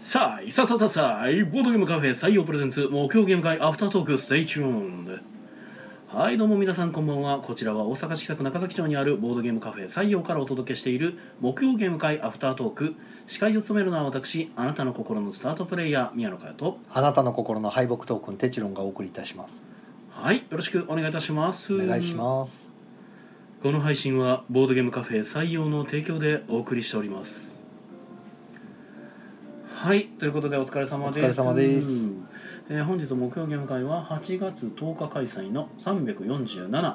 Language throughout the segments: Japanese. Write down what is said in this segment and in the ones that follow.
さあ、さあさあさあさあ、ボードゲームカフェ採用プレゼンツ、目標ゲーム会アフタートーク、ステイチューン。はい、どうも皆さんこんばんは。こちらは大阪市北区中崎町にあるボードゲームカフェ採用からお届けしている木曜ゲーム会アフタートーク。司会を務めるのは私、あなたの心のスタートプレイヤー、宮野佳代と。あなたの心の敗北トークンテチロンがお送りいたします。はい、よろしくお願いいたします。お願いします。この配信はボードゲームカフェ採用の提供でお送りしておりますはいということでお疲れ様ですお疲れ様です、えー本日木曜ゲーム会は8月10日開催の347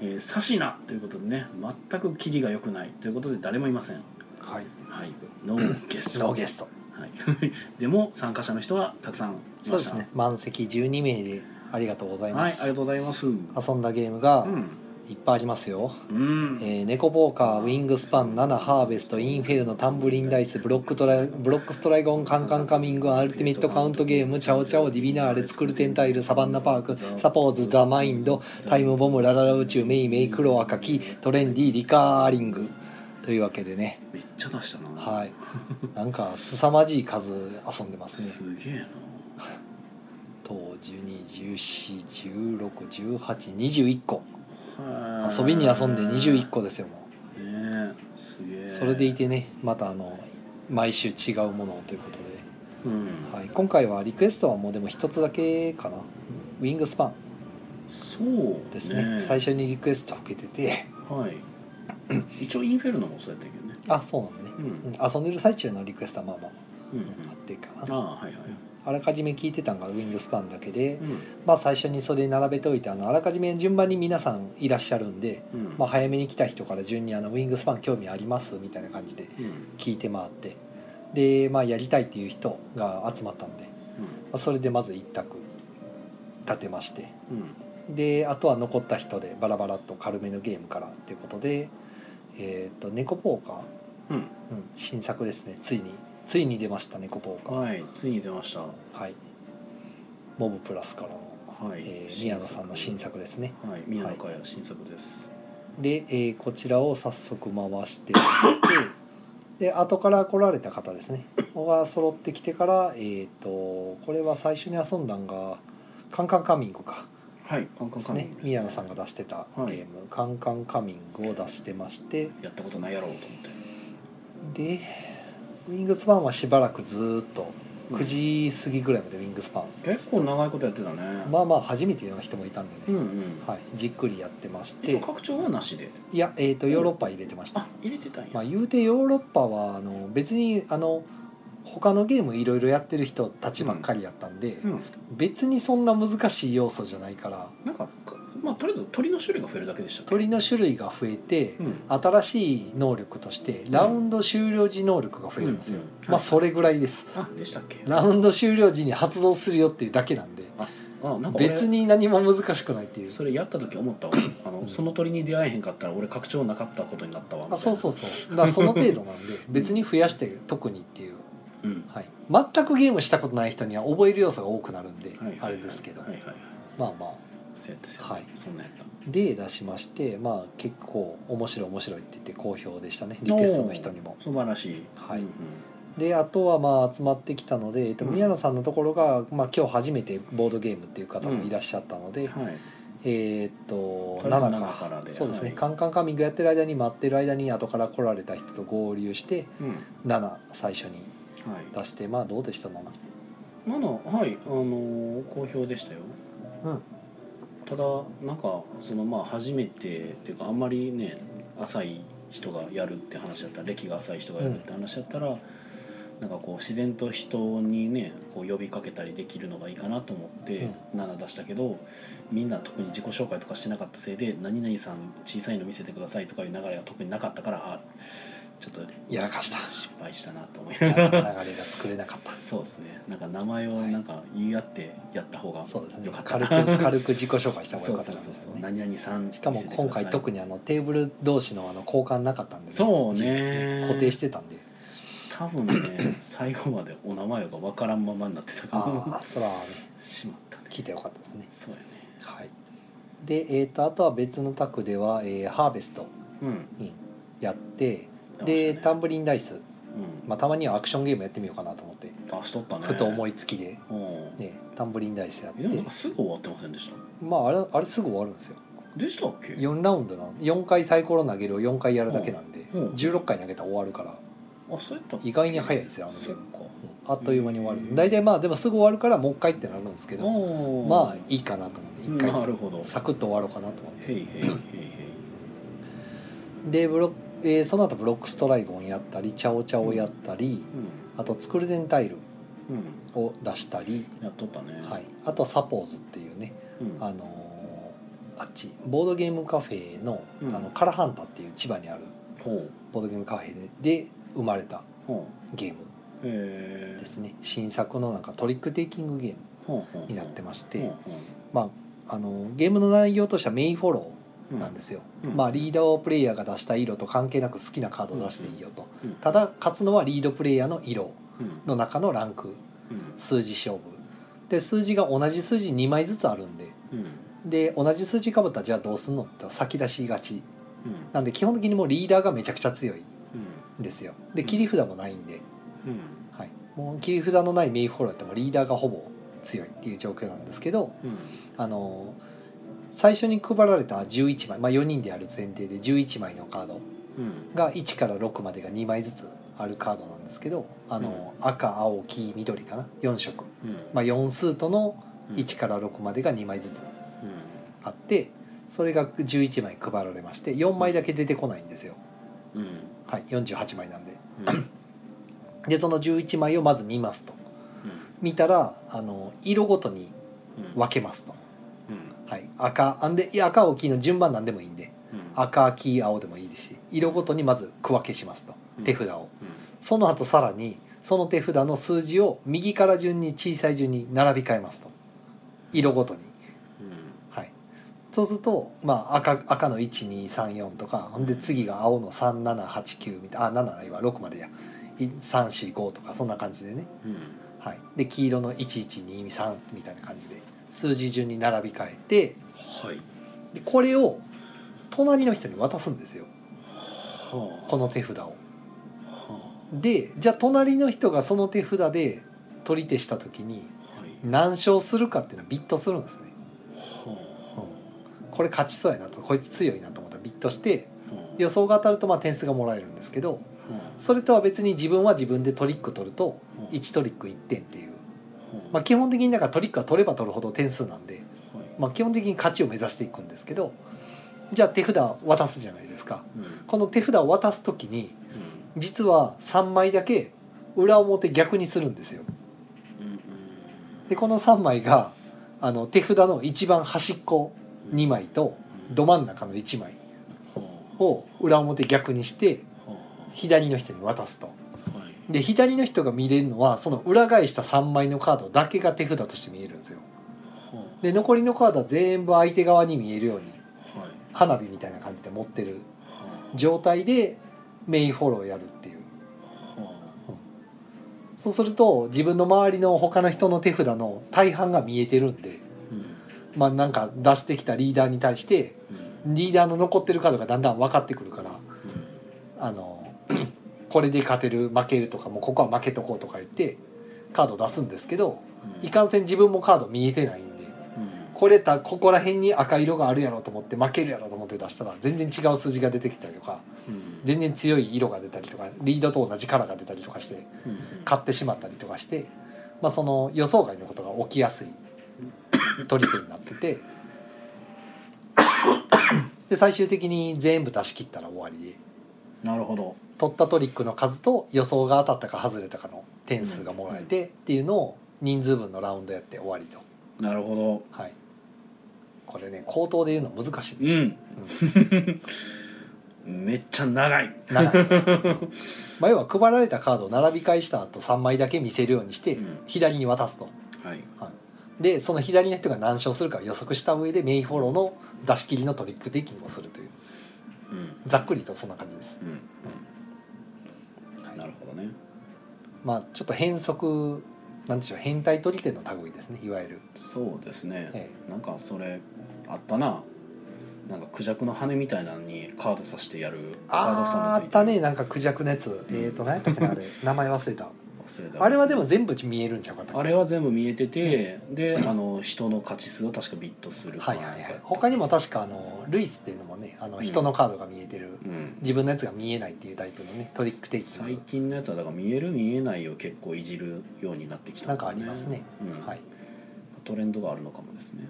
えーサシナということでね全くキリが良くないということで誰もいませんはい。はいノーゲストノーゲスト。はい、 でも参加者の人はたくさんいましたそうですね。満席12名でありがとうございはまいあす。りがとうございますうん遊んだゲームがいっぱいありますよ。うん、えー、ネコポーカー、ウィングスパン、ナナハーベスト、インフェルノ、タンブリンダイス、ブロックトライ、ブロックストライゴン、カンカンカミング、アルティメットカウントゲーム、チャオチャオ、ディビナーレ、ツクルテンタイル、サバンナパーク、サポーズ、ザマインド、タイムボム、ラララ宇宙、メイメイ、クロアカキ、トレンディ、リカーリング。というわけでね。めっちゃ出したなはい。なんか凄まじい数遊んでますねす。げえなと1214161821個遊びに遊んで21個ですよもねえすげえうそれでいてねまたあの毎週違うものということで、うん、はい、今回はリクエストはもうでも一つだけかなウィングスパンそうですね最初にリクエストを受けててはい 一応インフェルノもそうやったけどねあそうなのね、うんうん、遊んでる最中のリクエストはまあまあまうん、うんあ、うんあっていいかあなあはいはいあらかじめ聞いてたのがウィングスパンだけでう、んまあ、最初にそれ並べておいてあのあらかじめ順番に皆さんいらっしゃるんで、うんまあ、早めに来た人から順にあの「ウィングスパン興味あります?」みたいな感じでうんうん聞いて回ってで、まあ、やりたいっていう人が集まったんで、まあ、それでまず一択立てましてうんであとは残った人でバラバラっと軽めのゲームからっていうことで「えー、と猫ポーカーうん」うん、新作ですねついについに出ました「猫ポーカーはいついに出ました」はいモブプラスからの、はい、えー宮野さんの新作ですねはい宮野佳代新作です、で、えーこちらを早速回してましてで後から来られた方ですねが揃ってきてからえっ、とこれは最初に遊んだんが「カンカンカミングか」はい、カンカでンすカンね宮野さんが出してたゲーム「カンカンカミング」を出してましてやったことないやろうと思ってでウィングスパンはしばらくずーっとうん9時過ぎぐらいまでウィングスパン結構長いことやってたねまあまあ初めての人もいたんうでんうね、んはい、じっくりやってまし一応て拡張はなしでいや、えー、とヨーロッパ入れてましたあ入れてたんや、まあ、言うてヨーロッパはあの別にあの他のゲームいろいろやってる人たちばっかりやったんで、うん別にそんな難しい要素じゃないからなんかかまあとりあえず鳥の種類が増えるだけでしたっけ鳥の種類が増えて、うん新しい能力としてラウンド終了時能力が増えるんですよ、うんうんまあそれぐらいですあでしたっけラウンド終了時に発動するよっていうだけなんであなんか俺別に何も難しくないっていうそれやった時思ったわあの、うんその鳥に出会えへんかったら俺拡張なかったことになったわみたいなあそうそうそうだからその程度なんで別に増やして特にっていう、う、ん、はい、全くゲームしたことない人には覚える要素が多くなるんで、はいはいはいあれですけど、はいはいはいまあまあそうやったそうやった、はいそんなんやったで出しましてまあ結構面白い面白いって言って好評でしたねリクエストの人にもおー素晴らしいはいうんであとはまあ集まってきたので、えっと、うん宮野さんのところが、まあ、今日初めてボードゲームっていう方もいらっしゃったので、うんはい、えーっとそれが7 7かからでそうですね、はいカンカンカミングやってる間に待ってる間に後から来られた人と合流してうん7最初にはい、出してまあどうでした7まだはいあのー好評でしたようんただなんかそのまあ初めてっていうかあんまりね浅い人がやるって話だったら歴が浅い人がやるって話だったら、なんかこう自然と人にねこう呼びかけたりできるのがいいかなと思って7出したけど、みんな特に自己紹介とかしてなかったせいで「何々さん小さいの見せてください」とかいう流れが特になかったからあちょっとやらかした失敗したなと思い流ながれら。が作れ なかったそうですね。なんか名前をなんか言い合ってやった方がそうですねよかった軽なく軽く自己紹介した方が良かったかもしれないですね何々さんしかも今回特ににあのテーブル同士のあの交換なかったんで、そうねジーンズね固定してたんで多分ね最後までお名前がわからんままになってたから ああそらねしまったね聞いてよかったですねそうやねはいで、えー、とあとは別のタクでは、えーハーベストうんにやって出でましたタねンブリンダイス、うんまあ、たまにはアクションゲームやってみようかなと思ってう出しとったねふと思いつきで、うんね、タンブリンダイスやっえでてもなんかすぐ終わってませんでしたまああれあれすぐ終わるんですよでしたっけ4ラウンドなん4回サイコロ投げるを4回やるだけなんで、うんうん16回投げたら終わるからあそうやったっけ意外に早いですよあのゲそーっム、うんかあっという間に終わうんる大体まあでもすぐ終わるからもう一回ってなるんですけどおーまあいいかなと思って一回なるほどサクッと終わろうかなと思ってへいへいへいへでブロックえーその後ブロックストライゴンやったりチャオチャオやったりいあとツクルデンタイルうんを出したり、うんやっとったねはい、あとサポーズっていうねうんあのーあっちボードゲームカフェの,、うんあのカラハンタっていう千葉にあるほうボードゲームカフェでで生まれたほゲーうムへえですね新作のなんかトリックテイキングゲームほうほうになってましほうて、ほまあ、あのゲームの内容としてはメインフォロうーなんですよ、うんまあ、リーダーをプレイヤーが出したい色と関係なく好きなカードを出していいよと、うんただ勝つのはリードプレイヤーの色うんの中のランクうん数字勝負で数字が同じ数字2枚ずつあるんでうんで同じ数字かぶったらじゃあどうすんのって先出しがちうんなんで基本的にもうリーダーがめちゃくちゃ強いんですよで切り札もないんで、うんうんはい、もう切り札のないメインフォローだってもうリーダーがほぼ強いっていう状況なんですけどうんあの最初に配られた11枚、まあ、4人でやる前提で11枚のカードうんが1から6までが2枚ずつあるカードなんですけどあの、赤青黄緑かな4色、うんまあ、4スートのうん1から6までが2枚ずつうんあってそれが11枚配られまして4枚だけ出てこないんですよ、うんはい、48枚なんで。うんうんでその11枚をまず見ますと見たらあの色ごとにうん分けますと、うんはい、赤あんでいや赤青黄の順番なんでもいいんでうん赤黄青でもいいですし色ごとにまず区分けしますとうん手札をうんその後さらにその手札の数字を右から順に小さい順に並び替えますと色ごとにうはいそうすると、まあ、赤赤の1234とかほんで次が青の3789みたいなあ7ないわ6までや345とかそんな感じでねんうんはい、で黄色の11223みたいな感じで数字順に並び替えてはいでこれを隣の人に渡すんですよはあこの手札を。はでじゃあ隣の人がその手札で取り手した時にあはい何勝するかっていうのをビットするんですね。はうん、これ勝ちそうやなとこいつ強いなと思ったらビットしてあはあ予想が当たるとまあ点数がもらえるんですけどはそれとは別に自分は自分でトリック取るとあはあ1トリック1点っていう、はあまあ、基本的にだからトリックは取れば取るほど点数なんではいまあ、基本的に勝ちを目指していくんですけどじゃあ手札を渡すじゃないですかうんうんこの手札を渡す時に実は3枚だけ裏表逆にするんですようんうんでこの3枚があの手札の一番端っこうん2枚とど真ん中の1枚はを裏表逆にしてあは左の人に渡すとあはいで左の人が見れるのはその裏返した3枚のカードだけが手札として見えるんですよはで残りのカードは全部相手側に見えるようにあはい花火みたいな感じで持ってるは状態でメインフォローやるっていうあはそうすると自分の周りの他の人の手札の大半が見えてるんであうんまあなんか出してきたリーダーに対してうんリーダーの残ってるカードがだんだん分かってくるからあのこれで勝てる負けるとかもうここは負けとこうとか言ってカード出すんですけどうんいかんせん自分もカード見えてないんでうんこれたここら辺に赤色があるやろと思って負けるやろと思って出したら全然違う数字が出てきたりとかうん全然強い色が出たりとかリードと同じカラーが出たりとかしてうん買ってしまったりとかして、まあ、その予想外のことが起きやすい取り手になっててで最終的に全部出し切ったら終わりでなるほど取ったトリックの数と予想が当たったか外れたかの点数がもらえてっていうのを人数分のラウンドやって終わりと。なるほはいこれね口頭で言うの難しいど ね、うんうめっちゃ長いん、長いね、うんまあ、要は配られたカードを並び替えした後3枚だけ見せるようにしてうん左に渡すと、はいでその左の人が何勝するかを予測した上でメインフォローの出し切りのトリックテイキングをするといううんざっくりとそんな感じです、うんはいなるほどねまあちょっと変則なんでしょう変態取り手の類ですねいわゆるそうですね、えなんかそれあったななんかクジャクの羽みたいなのにカードさしてやるカードあーあさんったねなんかクジャクのやつ、んえっ、ー、と何やったっけなあれ名前忘れた忘れたあれはでも全部見えるんちゃうかったっけあれは全部見えてて、であの人の価値数を確かビットするはいはいはい他にも確かあのルイスっていうのもねあのうん人のカードが見えてうる、ん、自分のやつが見えないっていうタイプのねトリックテイキン最グ近のやつはだから見える見えないを結構いじるようになってきたなんかありますね、うんはい、トレンドがあるのかもですね、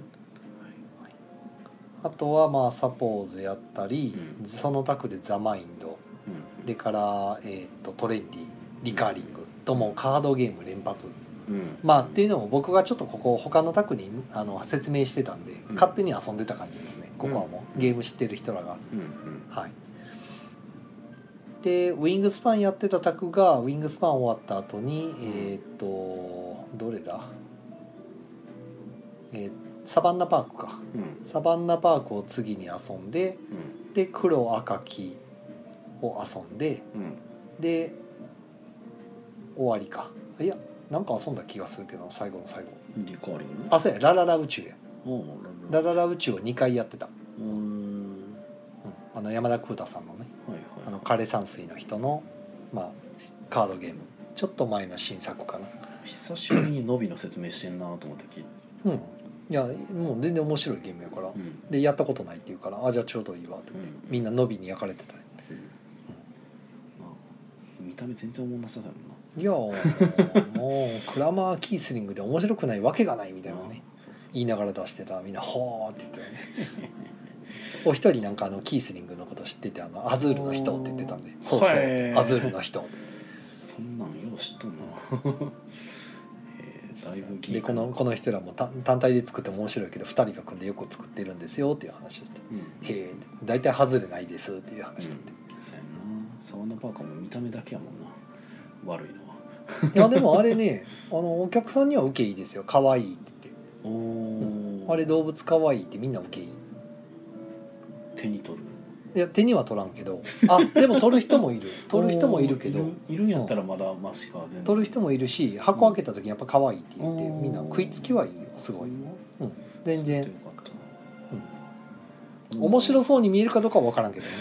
あとはまあサポーズやったり、うんそのタクでザマインドうんでから、えーっとトレンディリカーリングともうカードゲーム連発うん、まあっていうのも僕がちょっとここ他のタクにあの説明してたんで、うん勝手に遊んでた感じですねここはもうゲーム知ってる人らがうんうんはい、でウィングスパンやってたタクがウィングスパン終わった後に、えーっとどれだ、えーサバンナパークかうんサバンナパークを次に遊んでで黒赤黄を遊んでうんうんで終わりかいやなんか遊んだ気がするけど最後の最後リカーリングねあそうやラララ宇宙やおうラララララ宇宙を2回やってた、うーんうん、あの山田空太さんのねはいはいあの枯山水の人の、まあ、カードゲームちょっと前の新作かな久しぶりにのびの説明してんなと思って聞いて、うんいやもう全然面白いゲームやから、うんでやったことないって言うからあじゃあちょうどいいわって言って、うんみんな伸びに焼かれてたまあ見た目全然思んなさそうやいやーもうクラマー・キースリングで面白くないわけがないみたいもなんなねあそうそう言いながら出してたらみんな「ほー」って言ってたよねお一人なんかあのキースリングのこと知ってて「あのアズールの人」って言ってたんで「そうそう」へーアズールの人」って言ってそんなんよう知っとんな。えーだいぶ聞いでたこのこの人らも単単体で作っても面白いけど2人が組んでよく作ってるんですよっていう話をしてうん、 「へえ大体外れないです」っていう話だって、そうやな。サウナパーカーも見た目だけやもんな。悪いのは。いやでもあれね あのお客さんには受けいいですよ可愛いって言ってお「お。あれ動物可愛いってみんな受けいい手に取る。いや手には取らんけどあでも取る人 もいる取る人もいるけどおーいるいるんやったらまだマシか。全然取る人もいるし箱開けた時やっぱ可愛いって言ってうんみんな食いつきはいいよすごい全全然面白そうに見えるかどうかは分からんけどね、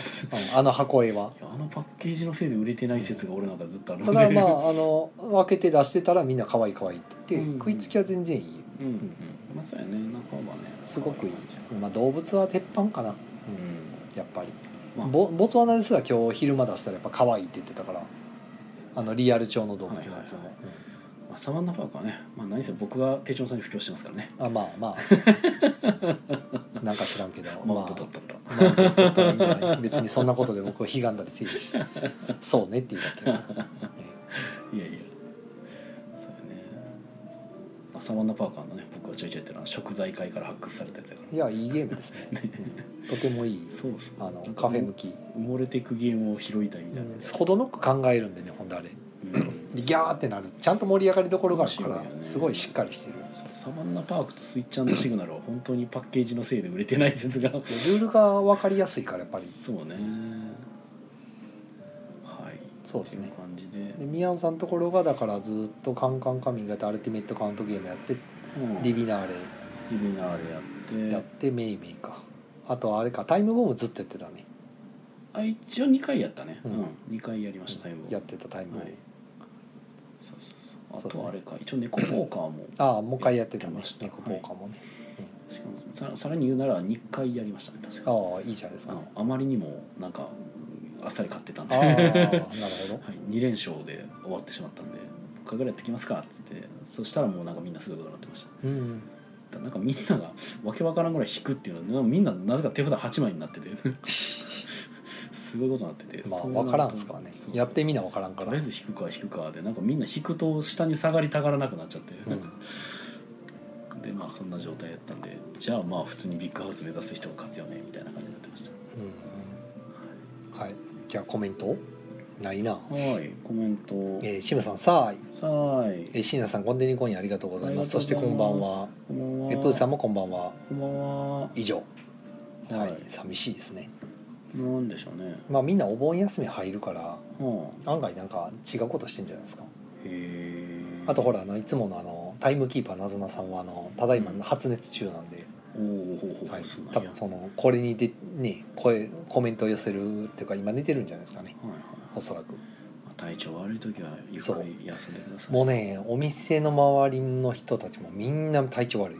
うんあの箱絵は。あのパッケージのせいで売れてない説が俺なんかずっとあるんたでだまああの分けて出してたらみんな可愛い可愛いって言って、うん食いつきは全然いいうんうんまあそうやね中はねすごくいい、まあ、動物は鉄板かな、うんうんやっぱり、まあボボツワナですら今日昼間出したらやっぱ可愛いって言ってたからあのリアル調の動物のやつも、はいはいはいまあ、サバンナパークはね、まあ、何せ僕が手帳さんに布教してますからね。うんあまあまあそうね なんか知らんけどマウンまトあ取ったった。マウント取ったらいいんじゃない別にそんなことで僕を悲願だりせえしそうねって言うだけ、 いやいや。そうやね。まあ、サバンナパーカーのね、僕がちょいちょいやってるのは食材会から発掘されたやつやかいやいいゲームですね、うんとてもいいら。そうそう。あのカフェ向き、埋もれていくゲームを拾いたいみたいな。うん程なく考えるんでねほんであれうんでギャーってなるちゃんと盛り上がりどころがある面か白いよらねすごいしっかりしてるサバンナパークとスイッチャンシグナルは本当にパッケージのせいで売れてない説が。でルールが分かりやすいからやっぱりそうね。はい。そうですねってい感じで。でミヤンさんのところがだからずっとカンカンカミングやってアルティメットカウントゲームやってうんデリィビナービナーレレややっ。っててメイメイかあとあれかタイムボムずっとやってたねあ、一応二回やったね。ううんん、二回やりました。タイムボーイやってたタイムボム、はいそうそうそうあそうとそうはあれか一応猫ポーカーもああもう一回やってたねやってました猫ポーカーもね、しかもささらに言うなら2回やりましたね確かああいいじゃないですか、あああまりにもなんかうんあっさり買ってたんで、あはい、なるほど2連勝で終わってしまったんで「僕ぐらいやってきますか」っつってそしたらもうなんかみんなすごいことになってましただうん からなんかみんな がわけわからんぐらい引くっていうのはみんななぜか手札8枚になって てすごいことになっててまあそうな分からんっすからねそうそうやってみな分からんかとりらあえず引くか引くかでなんかみんな引くと下に下がりたがらなくなっちゃって、でまあそんな状態やったんでじゃあまあ普通にビッグハウス目指す人が勝つよねみたいな感じになってましたうんはい、じゃあコメントないな。はいコメントえー、シムさんさあい、さあいえー、シーナさん、ゴンデニコインありがとうございます。あそりしてがことうんばんは。こんばんはえープーさんもこんばんは。こんばんは以上。はい、はい寂しいですね。なんでしょうねまあみんなお盆休み入るから、はあ案外なんか違うことしてんじゃないですか。へえあとほら、あのいつものあのタイムキーパーなずなさんはあのただいま発熱中なんで、おおほうほうはいそうなん、や多分そのこれにでね声コメントを寄せるっていうか今寝てるんじゃないですかね。はいはいおそらく。まあ体調悪い時はゆっそくうり休んでくださいもうねお店の周りの人たちもみんな体調悪い、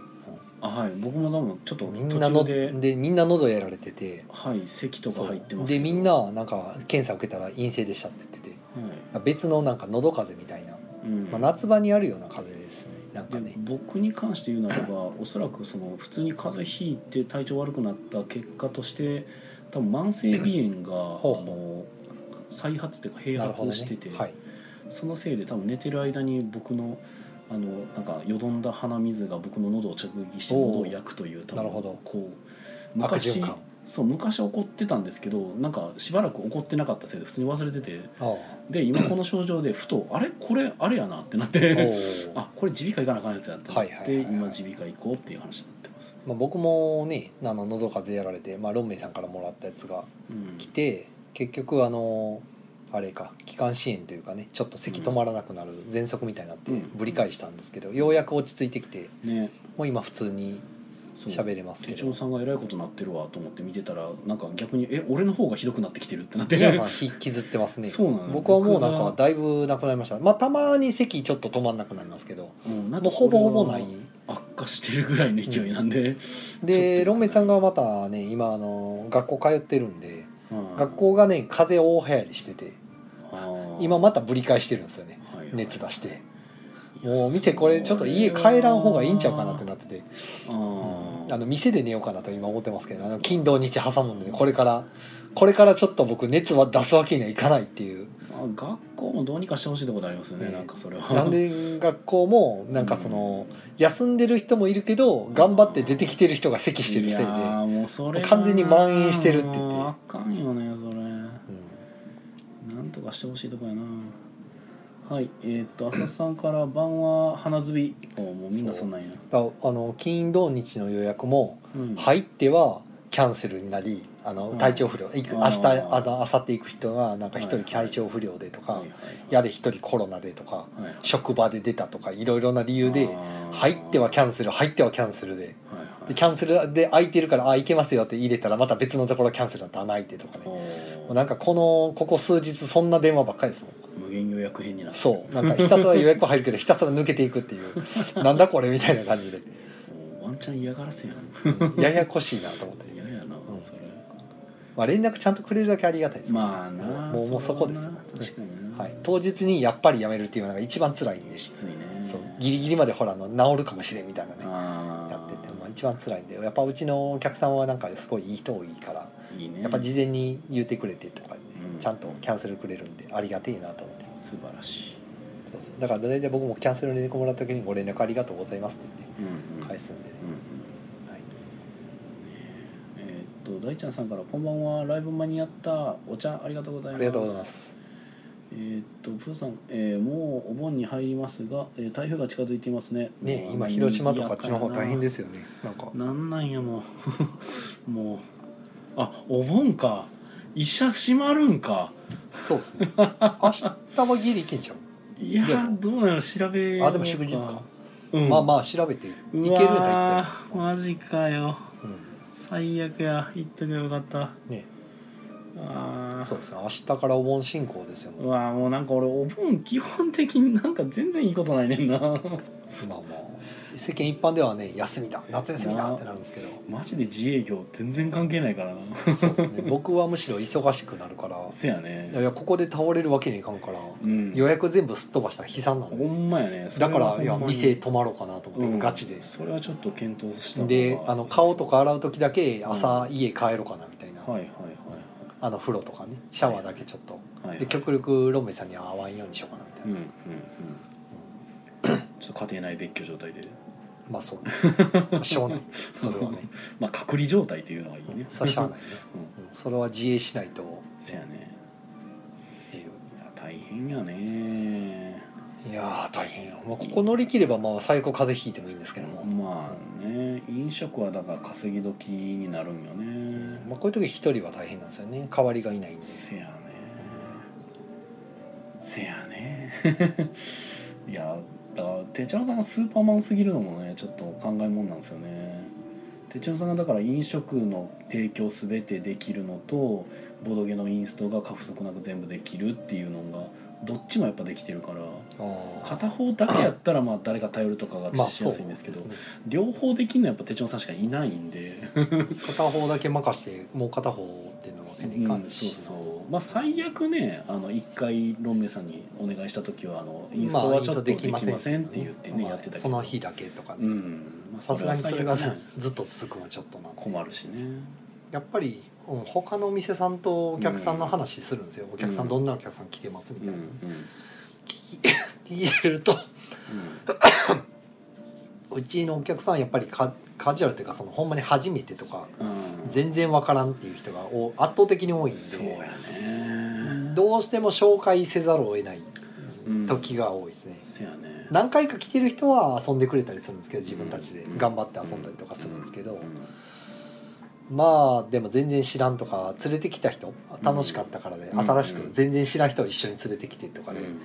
あはい僕も多分ちょっとうんみんなの途中ででみんな喉やられててはい咳とか入ってますでみんはななんか検査受けたら陰性でしたって言ってて別のなんか喉風邪みたいな、い、うんまあ、夏場にあるような風邪ですねなんでかね僕に関して言うなら ばおそらくその普通に風邪ひいて体調悪くなった結果として多分慢性鼻炎がほうあの再発っていうか併なるほど発ねしてて、はいそのせいで多分寝てる間に僕のあのなんかよどんだ鼻水が僕の喉を直撃しておう喉を焼くという多な分るほどこう悪昔循環そう昔怒ってたんですけどなんかしばらく怒ってなかったせいで普通に忘れてて ああおで今この症状でふ とあれこれあれやなってなってー あこれ耳鼻科行かなあかんやつやってなっはいはていはいはい今耳鼻科行こうっていう話になってます、まあ、僕もねあの喉風邪やられて、まあ、ロンメイさんからもらったやつがうん来て結局あのあれか気管支炎というかねちょっと咳止まらなくなる喘息みたいになってうんぶり返したんですけどようやく落ち着いてきてねもう今普通にそう喋れますけ手帳どさんがえらいことなってるわと思って見てたらなんか逆にえ俺の方がひどくなってきてるってなって皆さん引きずってますねそうなの僕はもうなん僕かがだいぶなくなりましたまあたまに咳ちょっと止まんなくなりますけど うんなんもかうほぼほぼないこれは悪化してるぐらいの勢いなんで、ちょでっとロンメイさんがまたね今あの学校通ってるんでうん学校がね風邪大流行りしててあー今またぶり返してるんですよねはいはい熱出していやもう見てこれちょっと家帰らん方がいいんちゃうかなってなっててあーあの店で寝ようかなと今思ってますけどあの金土日挟むんでねこれからこれからちょっと僕熱は出すわけにはいかないっていうまあ学校もどうにかしてほしいってことありますよね、ねなんかそれはなんで学校もなんかその休んでる人もいるけど頑張って出てきてる人が咳してるせいで、やうんーもうそれ完全に蔓延してるって言ってもうあかんよねそれなんとかしてほしいとこやなはいえーっと浅田さんから「晩は花摘み」おもうみんなそんなんや、だあの金土日の予約もうん、い入ってはキャンセルになりあのうん体調不良、行く明あ日ーあの明後日行く人がなんか一は人い体調不良でとか、はいはいやれ一人コロナでとかはいはい職場で出たとかいろいろな理由で。あー入ってはキャンセル入ってはキャンセルではいはいでキャンセルで空いてるからあ行けますよって入れたらまた別のところキャンセルだったら穴開いてとかねもおうーなんかこのここ数日そんな電話ばっかりですもん無限予約編になってるそうなんかひたすら予約入るけどひたすら抜けていくっていう なんだこれみたいな感じで、もうワンチャン嫌がらせやん うんややこしいなと思って、嫌やな、んそれまあ、連絡ちゃんとくれるだけありがたいですけどまあなもうもうそこですれはな確かにな、はい、当日にやっぱりやめるっていうのが一番辛いんできついねそうギリギリまでほらあの治るかもしれんみたいなねああやってて、まあ、一番辛いんでやっぱうちのお客さんはなんかすごいいい人多いからいいねやっぱ事前に言ってくれてとかね、うんちゃんとキャンセルくれるんでありがてえなと思って素晴らしい、そうそうだから大体僕もキャンセルの連絡もらった時にご連絡ありがとうございますって言っうんうんて返すんでね、うんうんはいえーっと大ちゃんさんから「こんばんはライブ間に合ったお茶ありがとうございます」ありがとうございますえーっとプーさん、えーもうお盆に入りますが、えー台風が近づいていますねね今広島とかあっちの方大変ですすよねなんかなんなんやもう もうあお盆か医者閉まるんかそうですね明日はギリ行けん ちゃう、いやでもーどうなの調べようあでも祝日か、うん、まああまあ調べて行けるんだったら行ったらいいマんジかよですね最悪や行っとけばよかったうんねああそうですね明日からお盆進行ですよもううわーもうなんか俺お盆基本的になんか全然いいことないねんな まあまあ世間一般ではね休みだ夏休みだってなるんですけどマジで自営業全然関係ないから なそうですね僕はむしろ忙しくなるからせやいやいねやここで倒れるわけにいかんからうん予約全部すっ飛ばしたら悲惨なんほでんまやねだからいや店と泊まろうかなと思ってガチでそれはちょっと検討した方がであの顔とか洗う時だけ朝家帰ろうかなみたいなはいはいはいあの風呂とかねシャワーだけちょっとはいはいで極力ロメさんには会わんようにしようかなみたいうんうなうんんちょっと家庭内別居状態でうんまあそうね まあしょうがないねそれはねまあ隔離状態っていうのがいいねさあしゃあないねううんそれは自衛しないとせやねっていういや大変やねいやー大変よ、まあ、ここ乗り切ればまあ最高風邪ひいてもいいんですけども、まあね飲食はだから稼ぎ時になるんよね、まあ、こういう時一人は大変なんですよね代わりがいないんでせやねせやね いやだから手帳さんがスーパーマンすぎるのもねちょっと考えもんなんですよね手帳さんがだから飲食の提供すべてできるのとボドゲのインストが過不足なく全部できるっていうのがどっちもやっぱできてるからあ片方だけやったらまあ誰か頼るとかがーまあしそやうすいんでですけど、すね両方できるのはやっぱ手帳さんしかいないんで、片方だけ任してもう片方っていうのわけにいかうんんそうし、そうまあ最悪ねあの1回ロンメイさんにお願いした時はあのインスまトあはインちスょっトとででききまませんせんって言ってね、まあやってたけどその日だけとかうねんまあさすがにそれがは最悪ずっと続くのはちょっとなんで困るしねやっぱりうん他のお店さんとお客さんの話するんですよ、お客さうんんどんなお客さん来てますみうんたういんな、聞き 聞いてるとうちのお客さんやっぱりカカジュアルというかそのほんまに初めてとかうんうん 全然わからんっていう人がお圧倒的に多いんそうでやねどうしても紹介せざるを得ないうん時が多いですね、せやね何回か来てる人は遊んでくれたりするんですけど自分たちでうん頑張って遊んだりとかするんですけうど、んうんまあでも全然知らんとか連れてきた人楽しかったからで、うん新しく全然知らん人を一緒に連れてきてとかでうん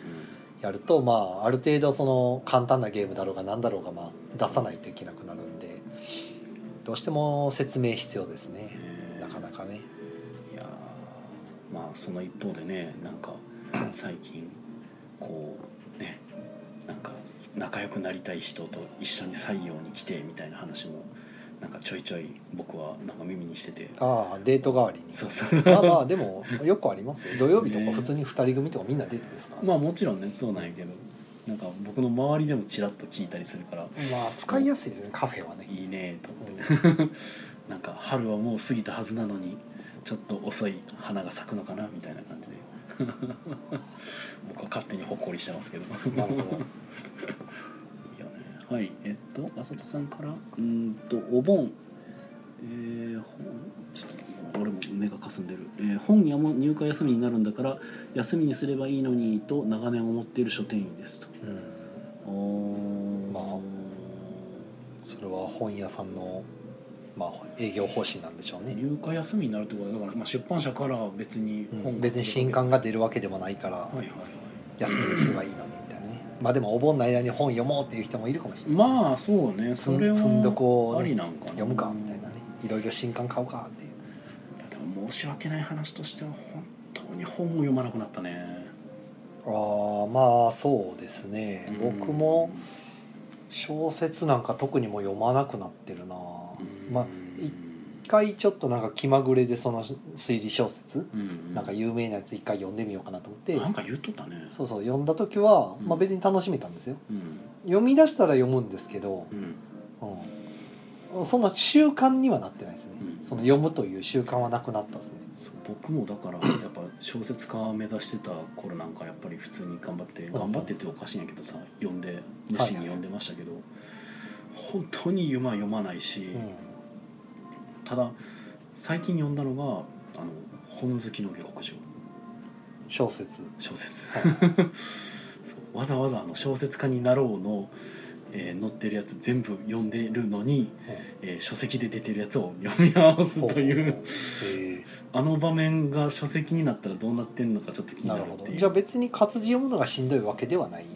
やるとまあある程度その簡単なゲームだろうが何だろうがまあ出さないといけなくなるんでどうしても説明必要ですねねなかなかねいやーまあその一方でねなん か最近こうねなんか仲良くなりたい人と一緒に採用に来てみたいな話もなんかちょいちょい僕はなんか耳にしててああデート代わりにそうそうまあまあでもよくありますよ土曜日とか普通に2人組とかみんなデートですから、 まあもちろんねそうなんやけどなんか僕の周りでもちらっと聞いたりするからまあ使いやすいですねカフェはね、いいねと思ってうんなんか春はもう過ぎたはずなのにちょっと遅い花が咲くのかなみたいな感じで 僕は勝手にほっこりしてますけどなる いほどいよねはいえっと浅田さんからうーんとお盆えー、ほんちょっと俺も目がかすんでる、えー本屋も入荷休みになるんだから休みにすればいいのにと長年思っている書店員ですとうんおーまあそれは本屋さんの、まあ、営業方針なんでしょうね、入荷休みになるってことはだから、まあ、出版社からは別にうん本が別に新刊が出るわけでもないかはいらはいはい休みにすればいいのにみたいなねまあでもお盆の間に本読もうっていう人もいるかもしれない、まあそうね積そんれは積んどこをねありなんかな読むかみたいなねいろいろ新刊買うかっていうでも申し訳ない話としては本当に本を読まなくなったねああまあそうですね僕も小説なんか特にもう読まなくなってるなうんまあ一回ちょっとなんか気まぐれでその推理小説うんなんか有名なやつ一回読んでみようかなと思ってなんか言っとったねそうそう読んだ時は、うんまあ、別に楽しめたんですようん読み出したら読むんですけど、うんうん、そんな習慣にはなってないですね、うんその読むという習慣はなくなったですねそう僕もだからやっぱ小説家目指してた頃なんかやっぱり普通に頑張ってん頑張ってっておかしいんやけどさ読んで熱心に読んでましたけど、本当に読ま読まないし、うただ最近読んだのがあの本好きの下克上ん小説小説 はいそうわざわざあの小説家になろうの、えー載ってるやつ全部読んでるのに、えー書籍で出てるやつを読み直すほうといほううえあの場面が書籍になったらどうなってんのかちょっと気 ーにななるるっほどていうじゃあ別に活字読むのがしんどいわけではない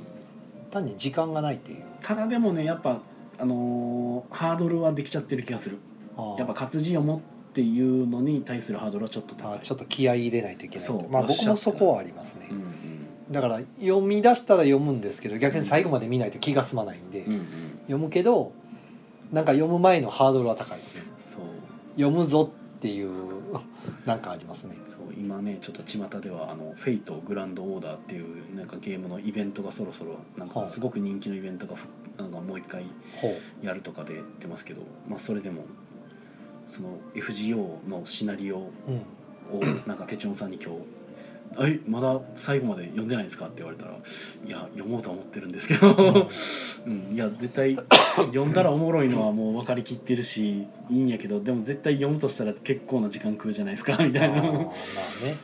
単に時間がないっていうただでもねやっぱ、あのーハードルはできちゃってる気がするああやっぱ活字読もうっていうのに対するハードルはちょっとあ高あいちょっと気合い入れないといけないそうまあおっしゃ僕るもそこはありますね、うんうんだから読み出したら読むんですけど逆に最後まで見ないと気が済まないんで、うんうん読むけどなんか読む前のハードルは高いですねそう読むぞっていう なんかありますねそう今ねちょっと巷ではあの「フェイトグランドオーダー」っていうなんかゲームのイベントがそろそろなんはかいすごく人気のイベントがふなんかもう一回ほうやるとかで言ってますけど、まあ、それでもその FGO のシナリオを うんなんかテチョンさんに今日「えまだ最後まで読んでないんですか?」って言われたら「いや読もうとは思ってるんですけど、 うん、いや絶対読んだらおもろいのはもう分かりきってるしいいんやけどでも絶対読むとしたら結構な時間食うじゃないですかみたあーいまあな。ね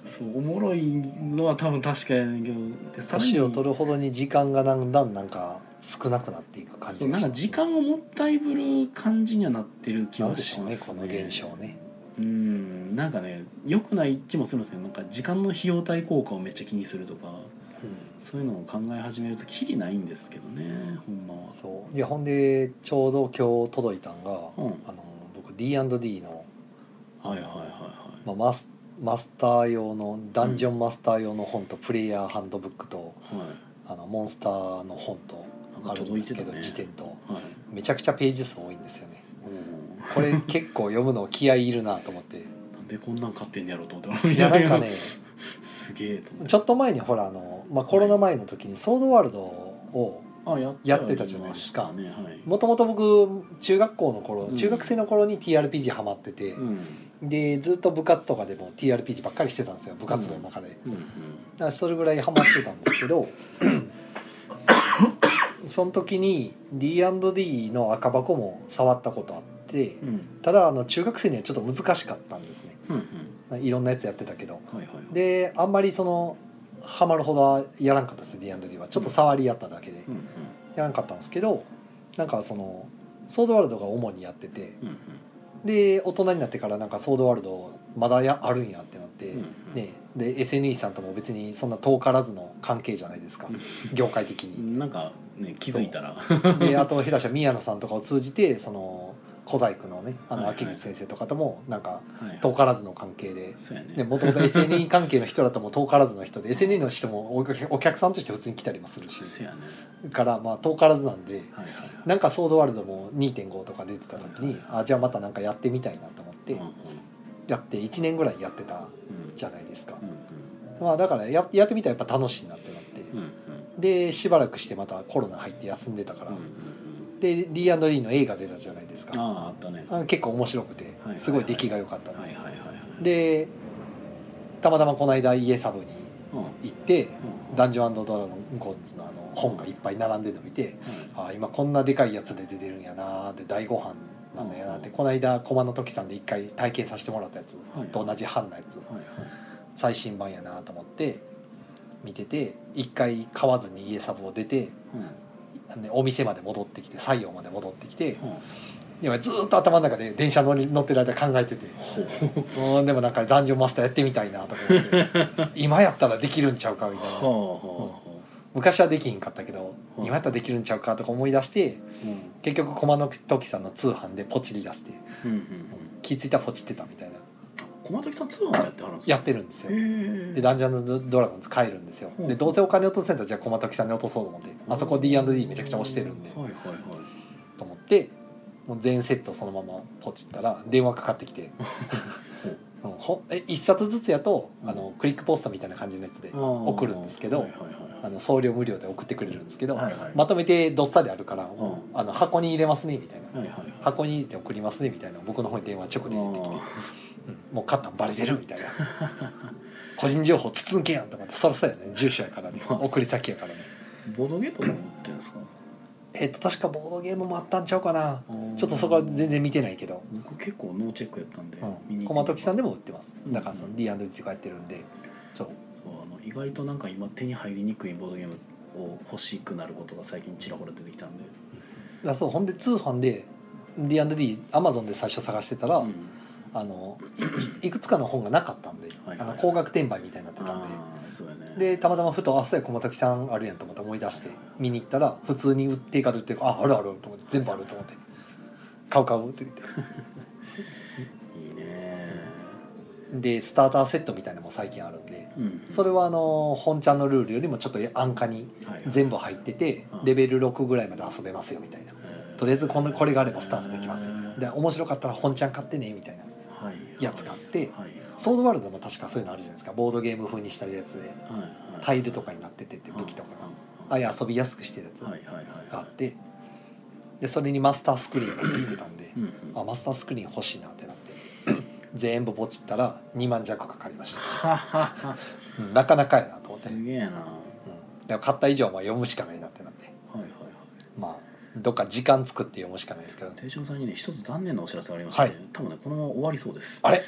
そうおもろいのは多分確かやねんけどでさらに年を取るほどに時間がだんだんなんか少なくなっていく感そじうがなんしかま時す間をもったいぶる感じにはなってる気なんはでししょうまねすこの現象ねうんなんかね良くない気もするんですけどなんか時間の費用対効果をめっちゃ気にするとかうんそういうのを考え始めるときりないんですけどねほんまはそういやほんでちょうど今日届いたんうんがあの僕 D&D のはいはいはいはいまあマスマスター用のダンジョンマスター用の本とプレイヤーハンドブックとあのモンスターの本とあるんですけどなんか届いてたね辞典といはいめちゃくちゃページ数多いんですよねうんこれ結構読むの気合いいるなと思って なんでこんなん買ってんやろうと思ったらいやなんかね すげえと思ってちょっと前にほらあの、まあ、コロナ前の時に「ソードワールド」をあやっやってたじゃないですかやりましたねはいもともと僕中学校の頃うん中学生の頃に TRPG ハマっててうんでずっと部活とかでも TRPG ばっかりしてたんですよ部活動の中でだかうんうんらそれぐらいハマってたんです けどその時に D&D の赤箱も触ったことあってうんただあの中学生にはちょっと難しかったんですねうんいろんなやつやってたけどうんはいはいはいであんまりそのハマるほどはやらんかったです D&D はちょっと触りやっただけでうんうんやらんかったんですけどなんかそのソードワールドが主にやっててうんで大人になってからなんかソードワールドまだやあるんやってなって、うんうんね、で SNE さんとも別にそんな遠からずの関係じゃないですかうん業界的うに。んなんかね気づいたらであと下手したら宮野さんとかを通じてその小細工のねあのはいはい秋口先生とかともなんかはい遠からずの関係で。そうやねもともと SNE 関係の人だとも遠からずの人で SNE の人もお客お客さんとして普通に来たりもするしそうやねからまあ遠からずなんではいはいはいなんかソードワールドも2.5とか出てた時にあじゃあまたなんかやってみたいなと思ってうんうんやって1年ぐらいやってたうんじゃないですかうんまあだからややってみたらやっぱ楽しいなってなってうんうんでしばらくしてまたコロナ入って休んでたかうんうんらうんで D&D の映画出たじゃないですあかああったねあ結構面白くてはいすごい出来が良かったんはいはいではいはいでたまたまこの間家サブにうんうん行って「ダンジョンドラゴンコンズ」のあの本がいっぱい並んでるの見てあー今こんなでかいやつで出てるんやなーって大ご飯なんだよなってこの間駒の時さんで一回体験させてもらったやつはいと同じ版のやつはいはい最新版やなと思って見てて一回買わずに家サブを出て、うんねお店まで戻ってきて西洋まで戻ってきうてん今ずーっと頭の中で電車乗り乗ってる間考えててほうんでもなんかダンジョンマスターやってみたいなとか思 って今やったらできるんちゃうかみうたいなはあはあは昔はできんかったけどうん今やったらできるんちゃうかとか思い出してあうん結局駒の時さんの通販でポチり出してうんうん気づいたらポチってたみたいな駒崎さん通販やってはるんですかやってるんですよへでダンジョンズドラゴンズ買えるんですようんでどうせお金落とせんだったらじゃあ駒時さんに落とそうと思ってあそこ D&D めちゃくちゃ押してるんではいはいはいと思ってもう全セットそのままポチったら電話かかってき てうんほえ1冊ずつやとあのクリックポストみたいな感じのやつで送るんですけどはいはいあはいの送料無料で送ってくれるんですけどはいはいまとめてどっさりあるからうんはあの箱に入れますねみたいないはいはい箱に入れて送りますねみたいなのを僕の方に電話直で入れてきてうんもう買ったんバレてるみたいな個人情報筒抜けやんと思ってそらそうやね住所やからねまあ送り先やからねボードゲートも売ってるんですかえっと確かボードゲームもあったんちゃうかなちょっとそこは全然見てないけど、僕結構ノーチェックやったんでうん、駒時さんでも売ってますうんだからその D&D とかやってるんでそうそうあの意外となんか今手に入りにくいボードゲームを欲しくなることが最近ちらほら出てきたんでだそうほんで通販で D&D アマゾンで最初探してたら、うんあのいいくつかの本がなかったんで、はいはいあの高額転売みたいになってたんであーそうやねでたまたまふと「あそうや駒滝さんあるやん」と思って思い出して見に行ったら普通に売っていかれてるああるあると思って全部あると思って「買う買う」って言っていいねでスターターセットみたいなのも最近あるんでうんそれはあの本ちゃんのルールよりもちょっと安価にはいはい全部入っててレベル6ぐらいまで遊べますよみたいなとりあえずこのこれがあればスタートできますよで面白かったら本ちゃん買ってねみたいなはいやつ買ってはいソードワールドも確かそういうのあるじゃないですかボードゲーム風にしたやつはでいはいタイルとかになっててって武器とかがああいう遊びやすくしてるやつはいはいはいはいがあってでそれにマスタースクリーンがついてたんでうんうんあマスタースクリーン欲しいなってなって 全部ポチったら2万弱かかりました、はは はうんなかなかやなと思って、うすん、げえなはでも買った以上はまあ読むしかないなってなっいてはいはいまあどっか時間作って読むしかないですけど手嶋さんにね一つ残念なお知らせがありまして、ねはい多分ねこのまま終わりそうです あれ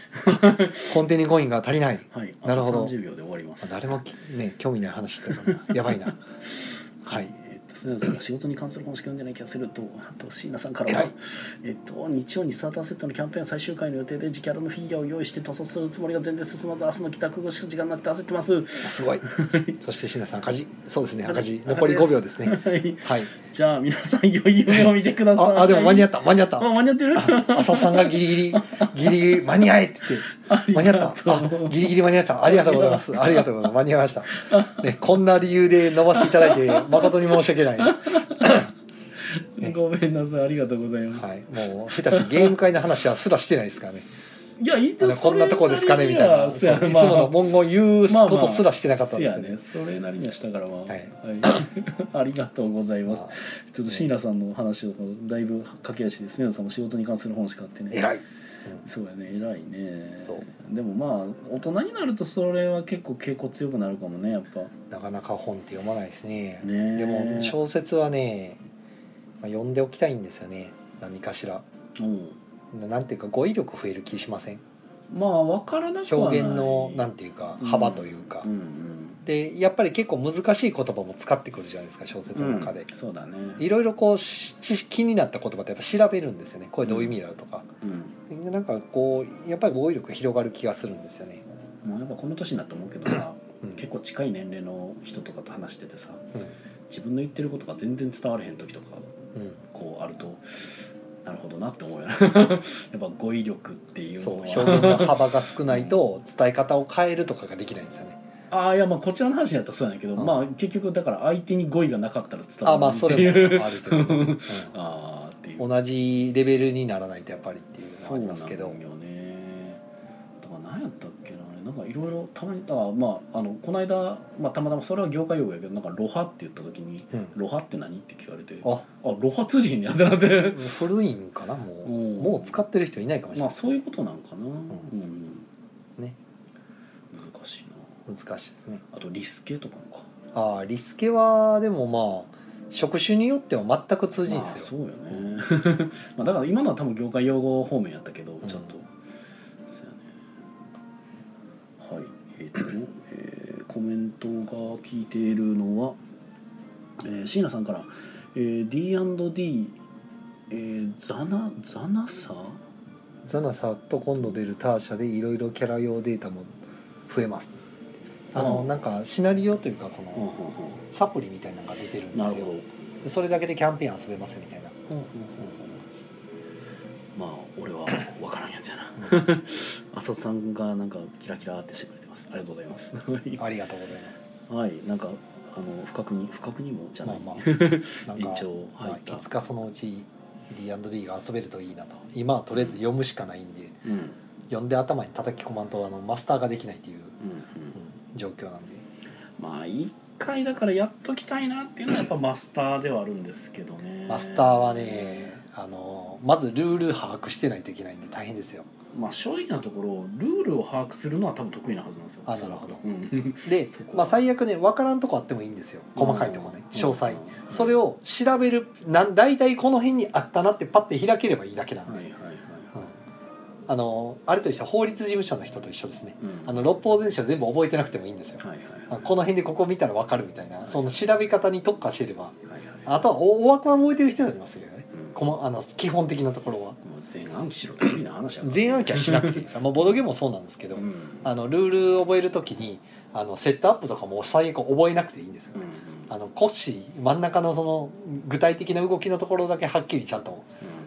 コンテニコインが足りないはいなるほどあと30秒で終わります誰もきね興味ない話してるなやばいなはいえっと、すなさんが仕事に関する本しか読んでない気がすると、あと、椎名さんから偉はいう、えっと、日曜にスターターセットのキャンペーン最終回の予定で、自キャラのフィギュアを用意して塗装するつもりが全然進まず、明日の帰宅後しか時間なくて焦ってます。 はす ごいそして椎名さん赤字そうですね赤字赤字残り5秒ですねい。はいじゃあ、皆さん、良い夢を見てください。ああでも間に合っった間に合ったあ、間に合ってるあ浅さんがギリギリギリギリ間に合えって言っ て間に合った。あ、ギリギリ間に合った。ありがとうございます。ありがとうございます。間に合いました。ね、こんな理由で伸ばしていただいて、誠に申し訳ない。はねごめんなさいありがとうございます、い、もう、下手してゲーム会の話はすらしてないですからね。い、やいいあの、こんなとこですかねみたいな。そそれういりにつはもの文言言うことすらしてなかったんんでですすけどね。それなりにはしたからまあ、はいはい ありがとうございますまあちょっと椎名さんの話をだいぶ駆け足ですねさんも仕事に関する本しか買ってね偉い。そうやね偉いねそうでもまあ大人になるとそれは結構傾向強くなるかもねやっぱなかなか本って読まないですね。ねでも小説はね、まあ、読んでおきたいんですよね何かしらうんななんていうか語彙力増える気しませんまあ分からなくはな表い現のなんていうかうん幅というか、うんうんでやっぱり結構難しい言葉も使ってくるじゃないですか小説の中でう、んそうだねいろいろこうし知識気になった言葉ってやっぱ調べるんですよねこれどういう意味だとか、うんなんかこうやっぱり語彙力が広がる気がするんですよね、まあやっぱこの年になって思うけどさうんうん結構近い年齢の人とかと話しててさ自分の言ってることが全然伝われへん時とかうんこうあるとなるほどなって思うよな やっぱ語彙力っていうそうのは表現の幅が少ないと伝え方を変えるとかができないんですよねああいやまあこちらの話だとそうやねんけど、うんまあ結局だから相手に語彙がなかったら伝わあらないまあってそれいうもあるけど、うん あーっていう同じレベルにならないとやっぱりっていうのはありますけそうどなんよねだから何やったっけなあれなんかいろいろたまにあまああのこの間、まあ、たまたまそれは業界用語やけどなんか「ロハ」って言った時に「うんロハって何?」って聞かれて「ああロハ通じひんねや」ってなって古いんかなもう、うんもう使ってる人いないかもしれまあない、そういうことなんかな、うんうんね難しいな難しいですねあとリスケとかもかああリスケはでもまあ職種によっては全く通じんですよ、まあ、そうよね まあだから今のは多分業界用語方面やったけどうんちょっと、そうやねはいえっ、と、えーコメントが聞いているのは、えー、椎名さんから、えー、D&D、えー、ザナザナサザナサと今度出るターシャでいろいろキャラ用データも増えますあの、うんなんかシナリオというかそうんうんの、うサプリみたいなのが出てるんんなでるすほど、うよんうんそれだけでキャンペーン遊べますみたいな、うんうんまあ俺は分からんやつやな浅田さんがなんかキラキラってしてくれてますありがとうございます ありがとうございますはい、なんかあの不覚に不覚にもじゃまなあい、まあなんか一応入まっあ、た、いつかそのうち D&D が遊べるといいなと今はとりあえず読むしかないんでうんうん読んで頭に叩き込まんとあのマスターができないっていう、うんう、ん状況なんでまあ一回だからやっときたいなっていうのはやっぱマスターではあるんですけどねマスターはねあのまずルール把握してないといけないんで大変ですよまあ正直なところルールを把握するのは多分得意なはずなんですよあなるほどうん、でそこ、まあ、最悪ね分からんとこあってもいいんですよ細かいとこねうん詳細うんそれを調べるなん大体この辺にあったなってパッて開ければいいだけなんはいはいで、はいはいうんあのあれと一緒法律事務所の人と一緒ですねうんあの六法全書全部覚えてなくてもいいんですよはいはいあはいこの辺でここ見たら分かるみたいなその調べ方に特化してればはいはいあとは大大枠は覚えてる人になりますけどねうんこのあの基本的なところはもう全暗記しろって無理な話やから全暗記はしなくていいです、まあ、ボードゲームもそうなんですけど、うんうんあのルール覚えるときにあのセットアップとかも最悪覚えなくていいんですよ、うんあのコッシー真ん中のその具体的な動きのところだけはっきりちゃんと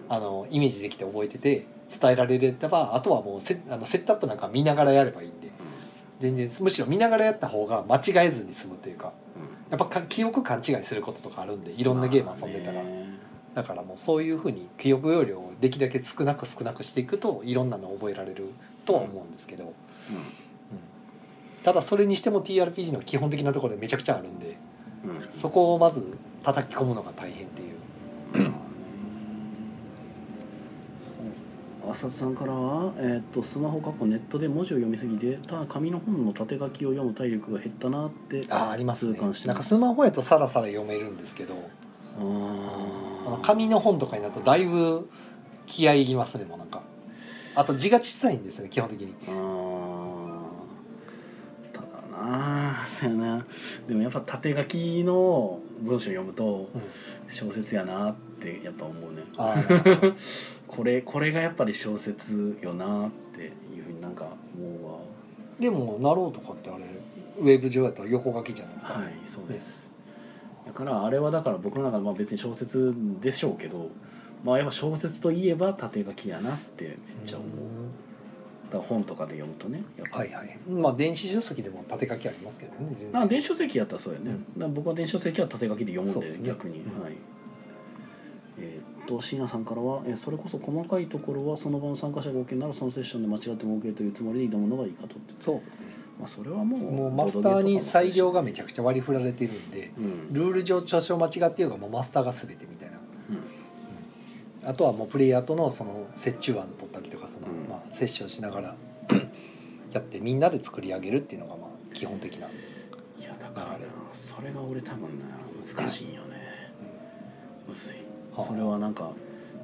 あのイメージできて覚えてて伝えられればあとはもうセあのセットアップなんか見ながらやればいいんで全然むしろ見ながらやった方が間違えずに済むというかうやっぱか記憶勘違いすることとかあるんでいいろんなゲーム遊んでたら、だからもうそういうふうに記憶容量をできるだけ少なく少なくしていくといろんなの覚えられるとは思うんですけど、うんただそれにしても TRPG の基本的なところでめちゃくちゃあるんでうんうん、そこをまず叩き込むのが大変っていう浅田さんからは、えーっとスマホ過去ネットで文字を読みすぎてただ紙の本の縦書きを読む体力が減ったなってあーありますね痛感してなんかますスマホやとさらさら読めるんですけどああのー紙の本とかになるとだいぶ気合いいりますねもうなんかあと字が小さいんですよね基本的にあーただなあそうやなでもやっぱ縦書きの文章を読むとうん小説やなってやっぱ思うねあー なるほどこれこれがやっぱり小説よなっていうふうになんか思うわでもなろうとかってあれウェブ上やったら横書きじゃないですか、はいそうですだからあれはだから僕の中でまあ別に小説でしょうけどまあやっぱ小説といえば縦書きやなってめっちゃ思ううんだから本とかで読むとねやっぱはいはいまあ電子書籍でも縦書きありますけどね全まあ然電子書籍やったらそうやね、うんだから僕は電子書籍は縦書きで読むそんうでですね逆に、うんはいえーっと椎名さんからは、えーそれこそ細かいところはその場の参加者が OK ならそのセッションで間違っても OK というつもりで挑むのがいいかと」そうですねまあ、それはもうもうマスターに裁量がめちゃゃくちゃ割り振られてるんでうん、うんルール上多少間違っていうがもうマスターが全てみたいなあとはもうプレイヤーとのその折衷案取ったりとかその、うんまあ、セッションしながら やってみんなで作り上げるっていうのがまあ基本的な、うんいやだから流なれそれが俺多分な難しいんよねむずいはあそれはなんか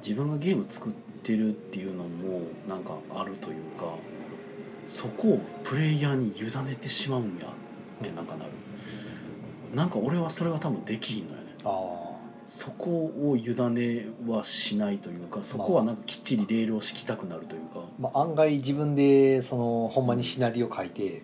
自分がゲーム作ってるっていうのもなんかあるというかそこをプレイヤーに委ねてしまうんやってなんかなる、なんか俺はそれが多分できひんのよねああそこを委ねはしないというかそこはなんかきっちりレールを敷きたくなるというか、まあ、案外自分でそのほんまにシナリオ書いてうんうん、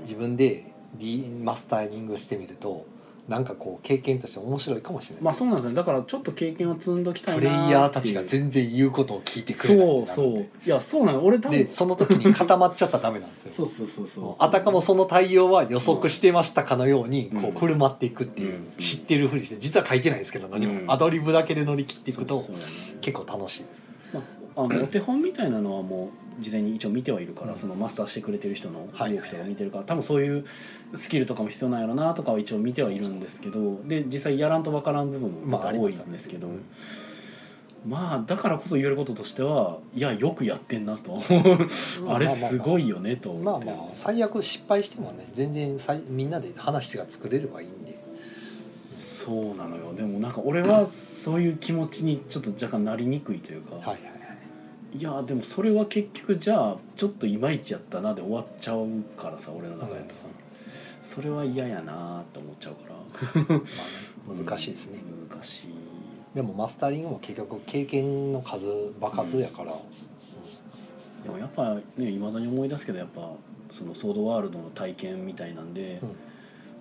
自分でリマスターリングしてみるとなんかこう経験として面白いかもしれないまあですそうなんですねだからちょっと経験を積んどきたいなプレイヤーたちが全全然言うことを聞いてくれないそうそういやそうなの俺多分でその時に固まっちゃったらダメなんですよそうそうそうそうあたかもその対応は予測してましたかのようにこううん振る舞っていくっていううん知ってるふりして実は書いてないですけど何もうんアドリブだけで乗り切っていくとそうそうやね結構楽しいですまあ、あのお手本みたいなのはもう事前に一応見てはいるから、うんそのマスターしてくれてる人のはい動く人が見てるから、多分そういうスキルとかも必要なんやろなとかは一応見てはいるんですけどで実際やらんとわからん部分もまああり多まいすよねんですけど、うまあんだからこそ言えることとしてはいやよくやってんなとあれすごいいよねと思まあって、まあ最悪失敗してもね全然さいみんなで話が作れればいいんでそうなのよでもなんか俺はそういう気持ちにちょっと若干なりにくいというか、はいはいはいいやでもそれは結局じゃあちょっといまいちやったなで終わっちゃうからさ俺の中やとさ、それは嫌やなって思っちゃうからまあね難しいですね難しいでもマスタリングも結局経験の数場数やからでもやっぱねいまだに思い出すけどやっぱそのソードワールドの体験みたいなんで、うん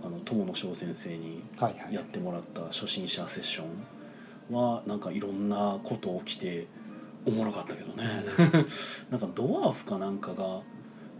あの友野翔先生にはいはいやってもらった初心者セッションはなんかいろんなこと起きておもろかったけどね、なんかドワーフかなんかが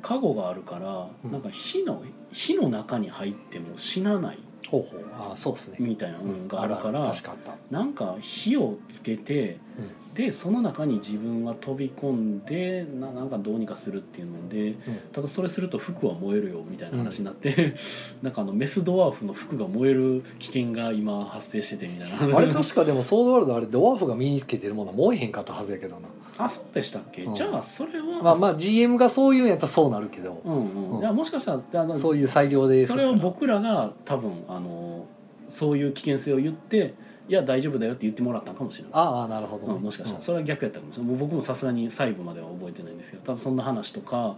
加護があるから、うんなんか火の火の中に入っても死なないほうほうああそうですねみたいなうのんがあるから、確かあったなんか火をつけてうでその中に自分は飛び込んでななんかどうにかするっていうのでんうんただそれすると服は燃えるよみたいな話になって、 なんかあのメスドワーフの服が燃える危険が今発生しててみたいな話あれ確かでもソードワールドあれドワーフが身につけてるものは燃えへんかったはずやけどなあそうでしたっけ、うんじゃあそれは、まあまあ GM がそういうんやったらそうなるけど、うんうん、うんいやもしかしたらあのそういう裁量でそれを振っ僕らが多分あのそういう危険性を言っていや大丈夫だよって言ってもらったのかもしれたない。らああなるほど、うん、もしかしたらそれは逆やったかもしれないもう僕もさすがに細部までは覚えてないんですけど多分そんな話とか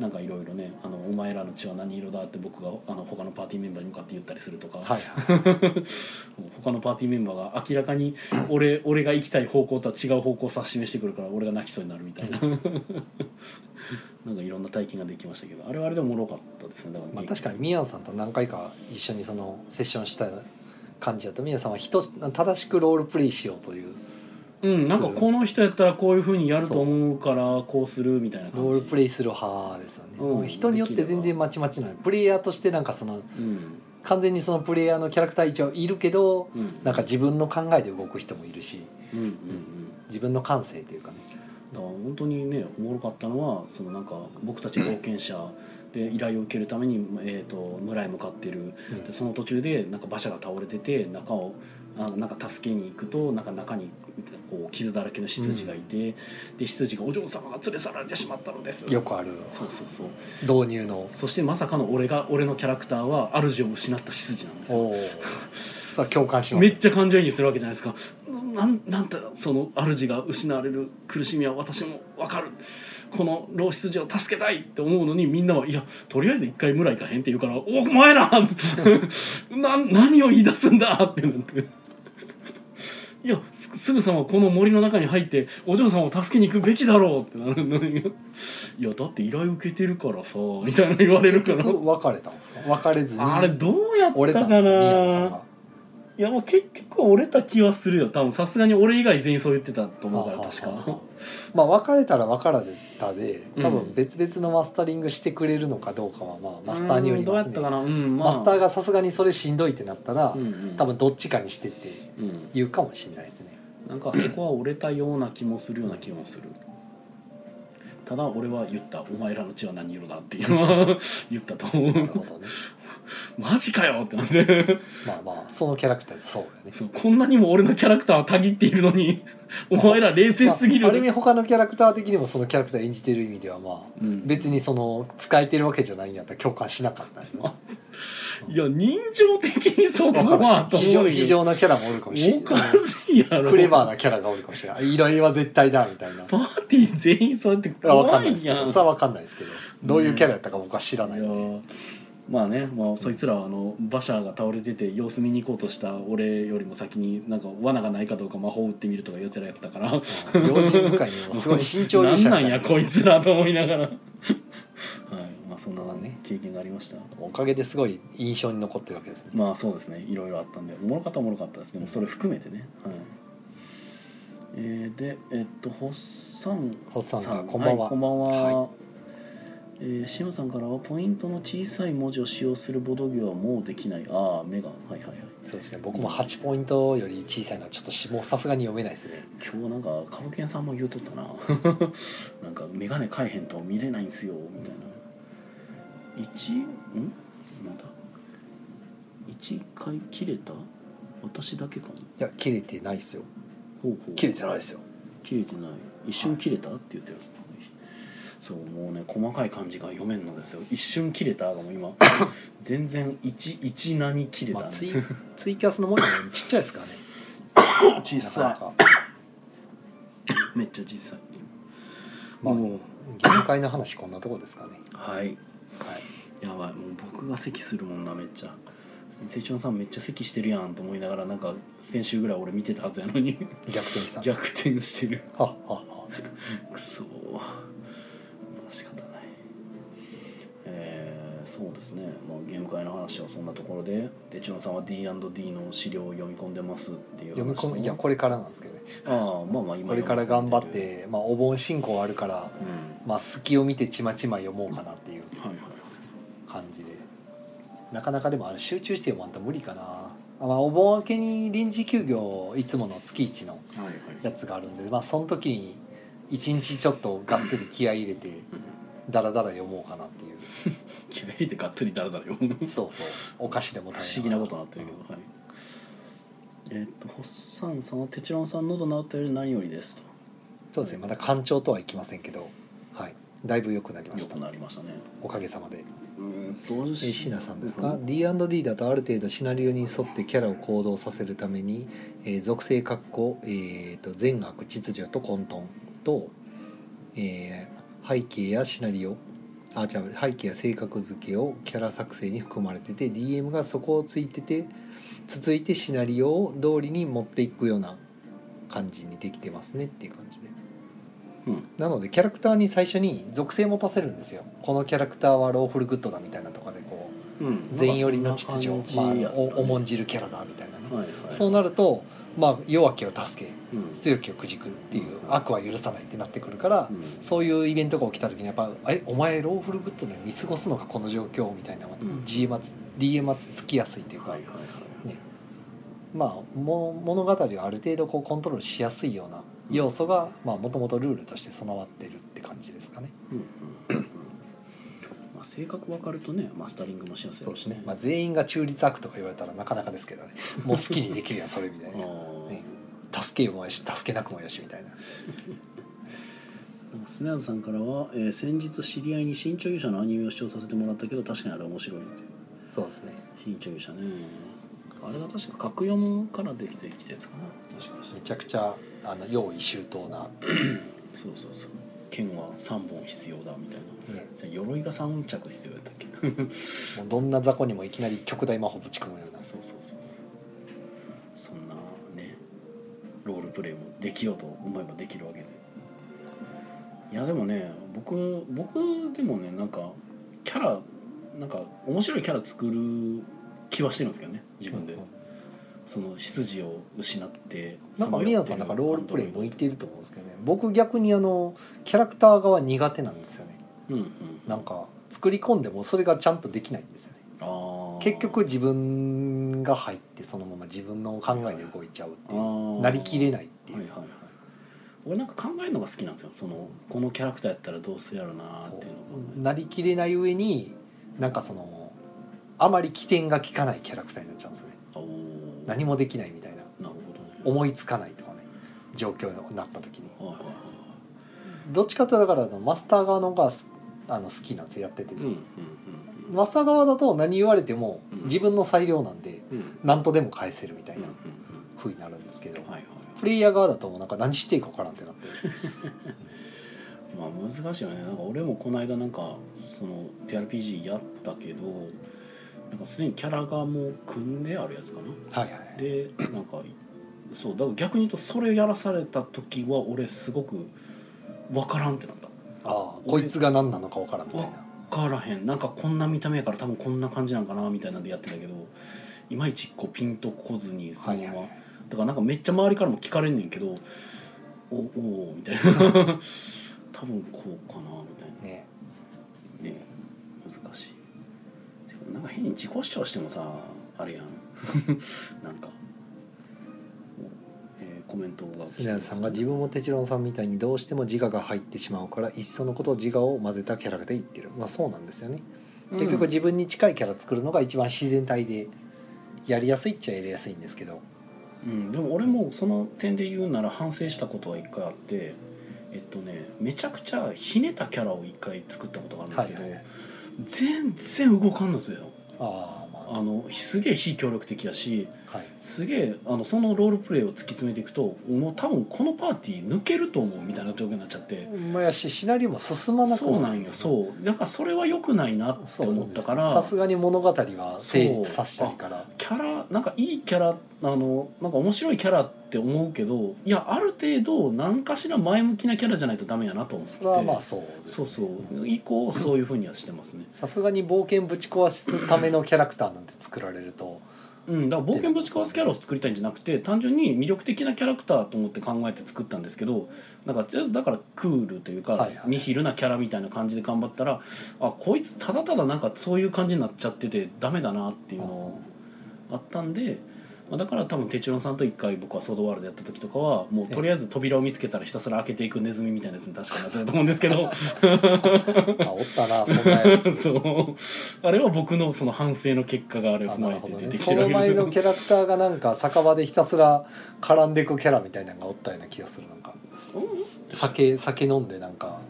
なんかいろいろねあの「お前らの血は何色だ?」って僕があの他のパーティーメンバーに向かって言ったりするとか、はいはい他のパーティーメンバーが明らかに俺俺が行きたい方向とは違う方向を指し示してくるから俺が泣きそうになるみたいな なんかいろんな体験ができましたけどあれはあれでもおもろかったですねだから、まあ、確かにミヤンさんと何回か一緒にそのセッションした感じだとミヤンさんは人正しくロールプレイしようといううん、なんかするこの人やったらこういうふうにやると思うからこうするみたいな感じロールプレイする派ですよね、うん人によって全然まちまちなのプレイヤーとしてなんかそのうん完全にそのプレイヤーのキャラクター一応いるけどうんなんか自分の考えで動く人もいるしうんうんうん自分の感性というかねだから本当にねおもろかったのはそのなんか僕たち冒険者で依頼を受けるために、えー、と村へ向かってるうんでその途中でなんか馬車が倒れてて中をあなんか助けに行くとなんか中にこう傷だらけの執事がいて、で執事が「お嬢様が連れ去られてしまったのです」よくあるそうそうそう導入のそしてまさかの俺が俺のキャラクターは主を失った執事なんですよおーさあ共感しまめっすちゃ感情移入するわけじゃないですかなんなんてその主が失われる苦しみは私も分かるこの老羊を助けたいって思うのにみんなはいやとりあえず一回村行かへんって言うから「お前ら な何を言い出すんだ!」ってなって。いやすすぐさまこの森の中に入ってお嬢さんを助けに行くべきだろうってなるのにいやだって依頼受けてるからさみたいな言われるか結ら局別れたんですか別れずにあれどうやった折れたんかですか宮野さんながいやもう結局折れた気はするよ多分さすがに俺以外全員そう言ってたと思うから確はあはあはかあまあ別れたら別れたで多う分ん別々のマスタリングしてくれるのかどうかはまあマスターによりますうんどうやっねたかなうんまあマスターがさすがにそれしんどいってなったらうんうん多分どっちかにしてってうん言うかもしれないですねなんかそこは折れたような気もするような気もするただ俺は言った「お前らの血は何色だ」っていうのは 言ったと思なるほうどねマジかよってなってまあまあそのキャラクターそうよねそうこんなにも俺のキャラクターはたぎっているのにお前ら冷静すぎまる、あある意味他のキャラクター的にもそのキャラクター演じてる意味ではまあうん別にその使えてるわけじゃないんやったら共感しなかったよねあいや人情的にそこはと非常思うよ非常なキャラもおるかもしれおなかいしいやろクレバーなキャラがおるかもしれない依頼は絶対だみたいなパーティー全員そうやってあわかん怖ないですいけやどんそれはわかんないですけどどういうキャラやったか僕は知らないいやんでーまあね、まあ、そいつらはあの馬車が倒れてて様子見に行こうとした俺よりも先になんか罠がないかどうか魔法打ってみるとかやつらやったからうん用心深いにもすごい慎重な勇ん者なみんたやいなこいつらと思いながらはいまあそんなまあね経験がありましたおかげですごい印象に残ってるわけですねまあそうですねいろいろあったんでおもろかったはおもろかったですけどそれ含めてね、はいえーでえっとホッサンホッサンがこんばんいはこんばんは。はえーシムさんからはポイントの小さい文字を使用するボドゲはもうできない。ああ、目が。はいはいはい。そうですね僕も8ポイントより小さいのはちょっとしもうさすがに読めないですね今日なんかカボケンさんも言うとったな。 なんかメガネ変えへんと見れないんすよみたいな。一んなんだ。一回切れた？私だけかも。いや切れてないですよほうほう切れてないですよ切れてない一瞬切れたって言ってるそうもうね細かい漢字が読めんのですよ一瞬切れたがもう 今全然一一何切れた、まあツイツイキャスの文字もちっちゃいですからね小なかなさかいめっちゃ小さいまあもゲーム会の話こんなとこですかねうはいはいやばいもう僕が咳するもんなめっちゃセチョンさんめっちゃ咳してるやんと思いながらなんか先週ぐらい俺見てたはずやの に逆転した逆転してるはっはっはくそーまあ仕方ないえーそうですね、まあ、ゲーム会の話はそんなところででチロンさんは D&D の資料を読み込んでますっていう話読み込むいやこれからなんですけどねああまあまあ今これから頑張っ読み込んでるて、まあ、お盆進行あるから、まあ、隙を見てちまちま読もうかなっていううんはいはい感じでなかなかでもあれ集中して読まんと無理かなあ、まあ、お盆明けに臨時休業いつもの月一のはいはいやつがあるんで、まあ、その時に一日ちょっとがっつり気合い入れてうんダラダラ読もうかなっていう気合い入れてがっつりだらだら よ不そうそうお菓子でも思議なことになってるけど、うんはいえーっとホッサンさんはテチロンさん喉治ったより何よりですとそうですねまだ干潮とはいきませんけど、はい、だいぶ良くなりましよたくなりましたねおかげさまで。うんどうえーシナさんですか D&D だとある程度シナリオに沿ってキャラを行動させるために、えー属性括弧、えー、と善悪秩序と混沌と、えー背景やシナリオあじゃ背景や性格付けをキャラ作成に含まれてて DM がそこをついてて続いてシナリオを通りに持っていくような感じにできてますねっていう感じで。うんなのでキャラクターに最初に属性持たせるんですよこのキャラクターはローフルグッドだみたいなとかでこううん全寄りの秩序なんかそんなま感じやあったねお重んじるキャラだみたいなね、はいはい、そうなると、まあ、弱きを助けうん、強きをくじくっていう悪は許さないってなってくるから、うんそういうイベントが起きた時にやっぱ「えお前ローフルグッドで見過ごすのかこの状況」みたいなのはうん GM はつ DM はつつきやすいっていうか、はいはいはいねまあ、も物語をある程度こうコントロールしやすいような要素がもともとルールとして備わってるって感じですかね。うんうんうんまあ性格分かるとねマスタリングもしやすいそうですね、ままあ、全員が中立悪とか言われたらなかなかですけどねもう好きにできるやんそれみたいな。あね助けもよし助けなくもよしみたいなあスネアズさんからは、えー先日知り合いに新潮勇者のアニメを視聴させてもらったけど確かにあれ面白いってそうですね新潮勇者ねあれが確か格読からできてきたやつかな確かめちゃくちゃあの用意周到な、そうそうそう剣は3本必要だみたいね、な鎧が3着必要だったっけそうそうもうどんな雑魚にもいきなり極大魔法ぶち込むようなそうそうそんなねロールプレイもできようと思えばできるわけでいやでもね僕僕でもねなんかキャラなんか面白いキャラ作る気はしてるんですけどね自分で、うんうんそその出自を失ってなんかさま宮よ野ってさいんるだからロールプレイ向いてアンると思うんですけどね僕逆にあのキャラクター側苦手なんですよねドロイドうんなんか作り込んでもそれがちゃんとできないんですよねうん、あー結局自分が入ってそのまま自分の考えで動いちゃうっていうあーなりきれないっていう、はいはいはい俺なんか考えるのが好きなんですよそのこのキャラクターやったらどうするやろうなーそっていううなりきれない上になんかそのあまり起点が利かないキャラクターになっちゃうんですよねのが、おー何もできないみたいななるほどね思いつかないとかね状況になった時にはいはいはどっちかっていうとだからあのマスター側の方がすあの好きなんですよやってて、いうんうんうんマスター側だと何言われてもうん自分の裁量なんでうんうん何とでも返せるみたいうんな風になるんですけど、うんはいはいプレイヤー側だともうなんか何していいか分からんってな ってまあ難しいよねなんか俺もこの間なんかその TRPG やったけどなんかすでにキャラがもう組んであるやつかなはいはいでなんかそうだから逆に言うとそれやらされた時は俺すごく分からんってなったああこいつが何なのか分からんみたいな分からへんなんかこんな見た目やから多分こんな感じなんかなみたいなんでやってたけどいまいちこうピンとこずにそはのいまはいま、はいだからなんかめっちゃ周りからも聞かれんねんけど「おおー」みたいな 多分こうかなみたいなねね難しいでもなんか変に自己主張してもさあれやん なんか、えーコメントがスレアさんが自分もテチロンさんみたいにどうしても自我が入ってしまうからいっそのことを自我を混ぜたキャラで言ってるまあそうなんですよね、うん結局自分に近いキャラ作るのが一番自然体でやりやすいっちゃやりやすいんですけどうん、でも俺もその点で言うなら反省したことは一回あってえっとねめちゃくちゃひねたキャラを一回作ったことがあるんではすいけど、はいはい全然動かんのですよああまああのすげえ非協力的やしはいすげえあのそのロールプレイを突き詰めていくともう多分このパーティー抜けると思うみたいな状況になっちゃって、まあやしシナリオも進まなくそうななんよそうだからそれは良くないなってそうな思んっですたよからさすがに物語は成立させたいからキャラなんかいいキャラあのなんか面白いキャラって思うけどいやある程度何かしら前向きなキャラじゃないとダメやなと思ってそれはまあそうですそねうそう以降そういうふうにはしてますねさすがに冒険ぶち壊すためのキャラクターなんて作られるとうんだから冒険ぶち壊すキャラを作りたいんじゃなくて単純に魅力的なキャラクターと思って考えて作ったんですけどなんかちょだからクールというか、はいはいニヒルなキャラみたいな感じで頑張ったらあこいつただただなんかそういう感じになっちゃっててダメだなっていうのをあったんで、まあ、だから多分テチロンさんと一回僕はソードワールドやった時とかはもうとりあえず扉を見つけたらひたすら開けていくネズミみたいなやつに確かなってたと思うんですけ どあおったなそんなやつそうあれは僕のその反省の結果があれあ踏なまるえほてど出ねてきそてるわのけです前よ のキャラクターがなんか酒場でひたすら絡んでくキャラみたいなのがおったような気がするなんかうん酒酒飲んでなんか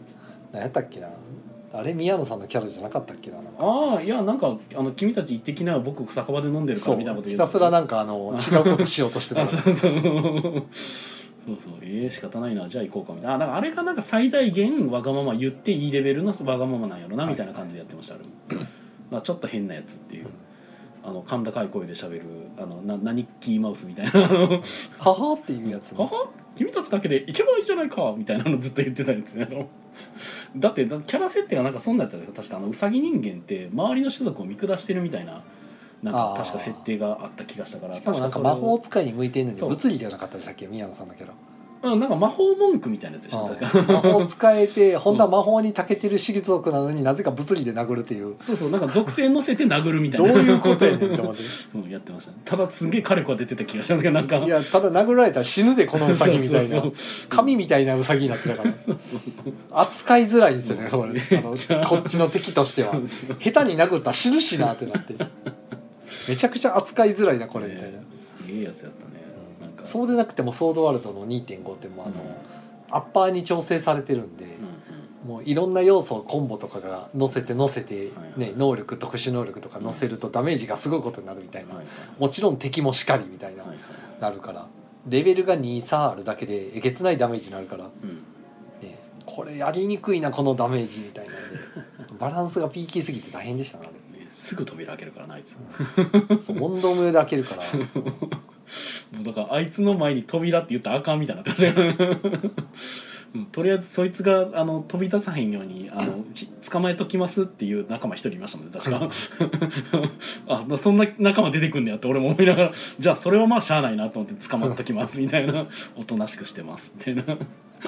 何やったっけなあれ宮野さんのキャラじゃなかったっけななんかああいやなんかあの君たち行ってきなよ僕酒場で飲んでるかそらうみたいなこと言ひうたすらなんかあの違うことしようとしてたあ かそうらそうそうそうそうええ仕方ないなじゃあ行こうかみたいなあなんかあれがなんか最大限わがまま言っていいレベルのわがままなんやろなみたいな感じでやってました、あれもまあちょっと変なやつっていうあの甲高い声で喋るあのな何キーマウスみたいなあのははっていうやつはねは君たちだけで行けばいいじゃないかみたいなのずっと言ってたやつねあの だってだキャラ設定がなんかそんなやつだったんですよ確かあのうさぎ人間って周りの種族を見下してるみたいななんか確か設定があった気がしたからしかもなんか確それ魔を法使いに向いてんのにそう物理じゃなかったでしたっけ宮野さんのキャラうんなんか魔法文句みたいなやつでした確か 魔法使えて本当は魔法に長けてる種族なのになぜか物理で殴るっていうそうそうなんか属性乗せて殴るみたいどうないうことやねんと思ってうん、やってましたねただすんげえ火力が出てた気がしますけどなんかいやただ殴られたら死ぬでこのウサギみたいそうなそう神みたいなウサギになってたから扱いづらいんですよねこれあのこっちの敵としてはそうそう下手に殴ったら死ぬしなってなってめちゃくちゃ扱いづらいなこれみたいなねすげえやつやったね、なんかそうでなくてもソードワールドの2.5ってもうあうんのアッパーに調整されてるんで、うんうんもういろんな要素をコンボとかが載せて載せて、ねはいはい能力特殊能力とか載せるとダメージがすごいことになるみたいな、はいもちろん敵もしかりみたいな、はいはいなるからレベルが23あるだけでえげつないダメージになるから、ね、うんこれやりにくいなこのダメージみたいなんで バランスがピーキーすぎて大変でしたなあれねすぐ扉開けるからなあいつそう問答無用で開けるから、うん もうだからあいつの前に扉って言ったらあかんみたいになってましたよううんとりあえずそいつがあの飛び出さへんようにあのひ捕まえときますっていう仲間一人いましたもんね確か あなそんな仲間出てくんねやって俺も思いながらじゃあそれはまあしゃあないなと思って捕まっときますみた いなおとなしくしてますみたいな、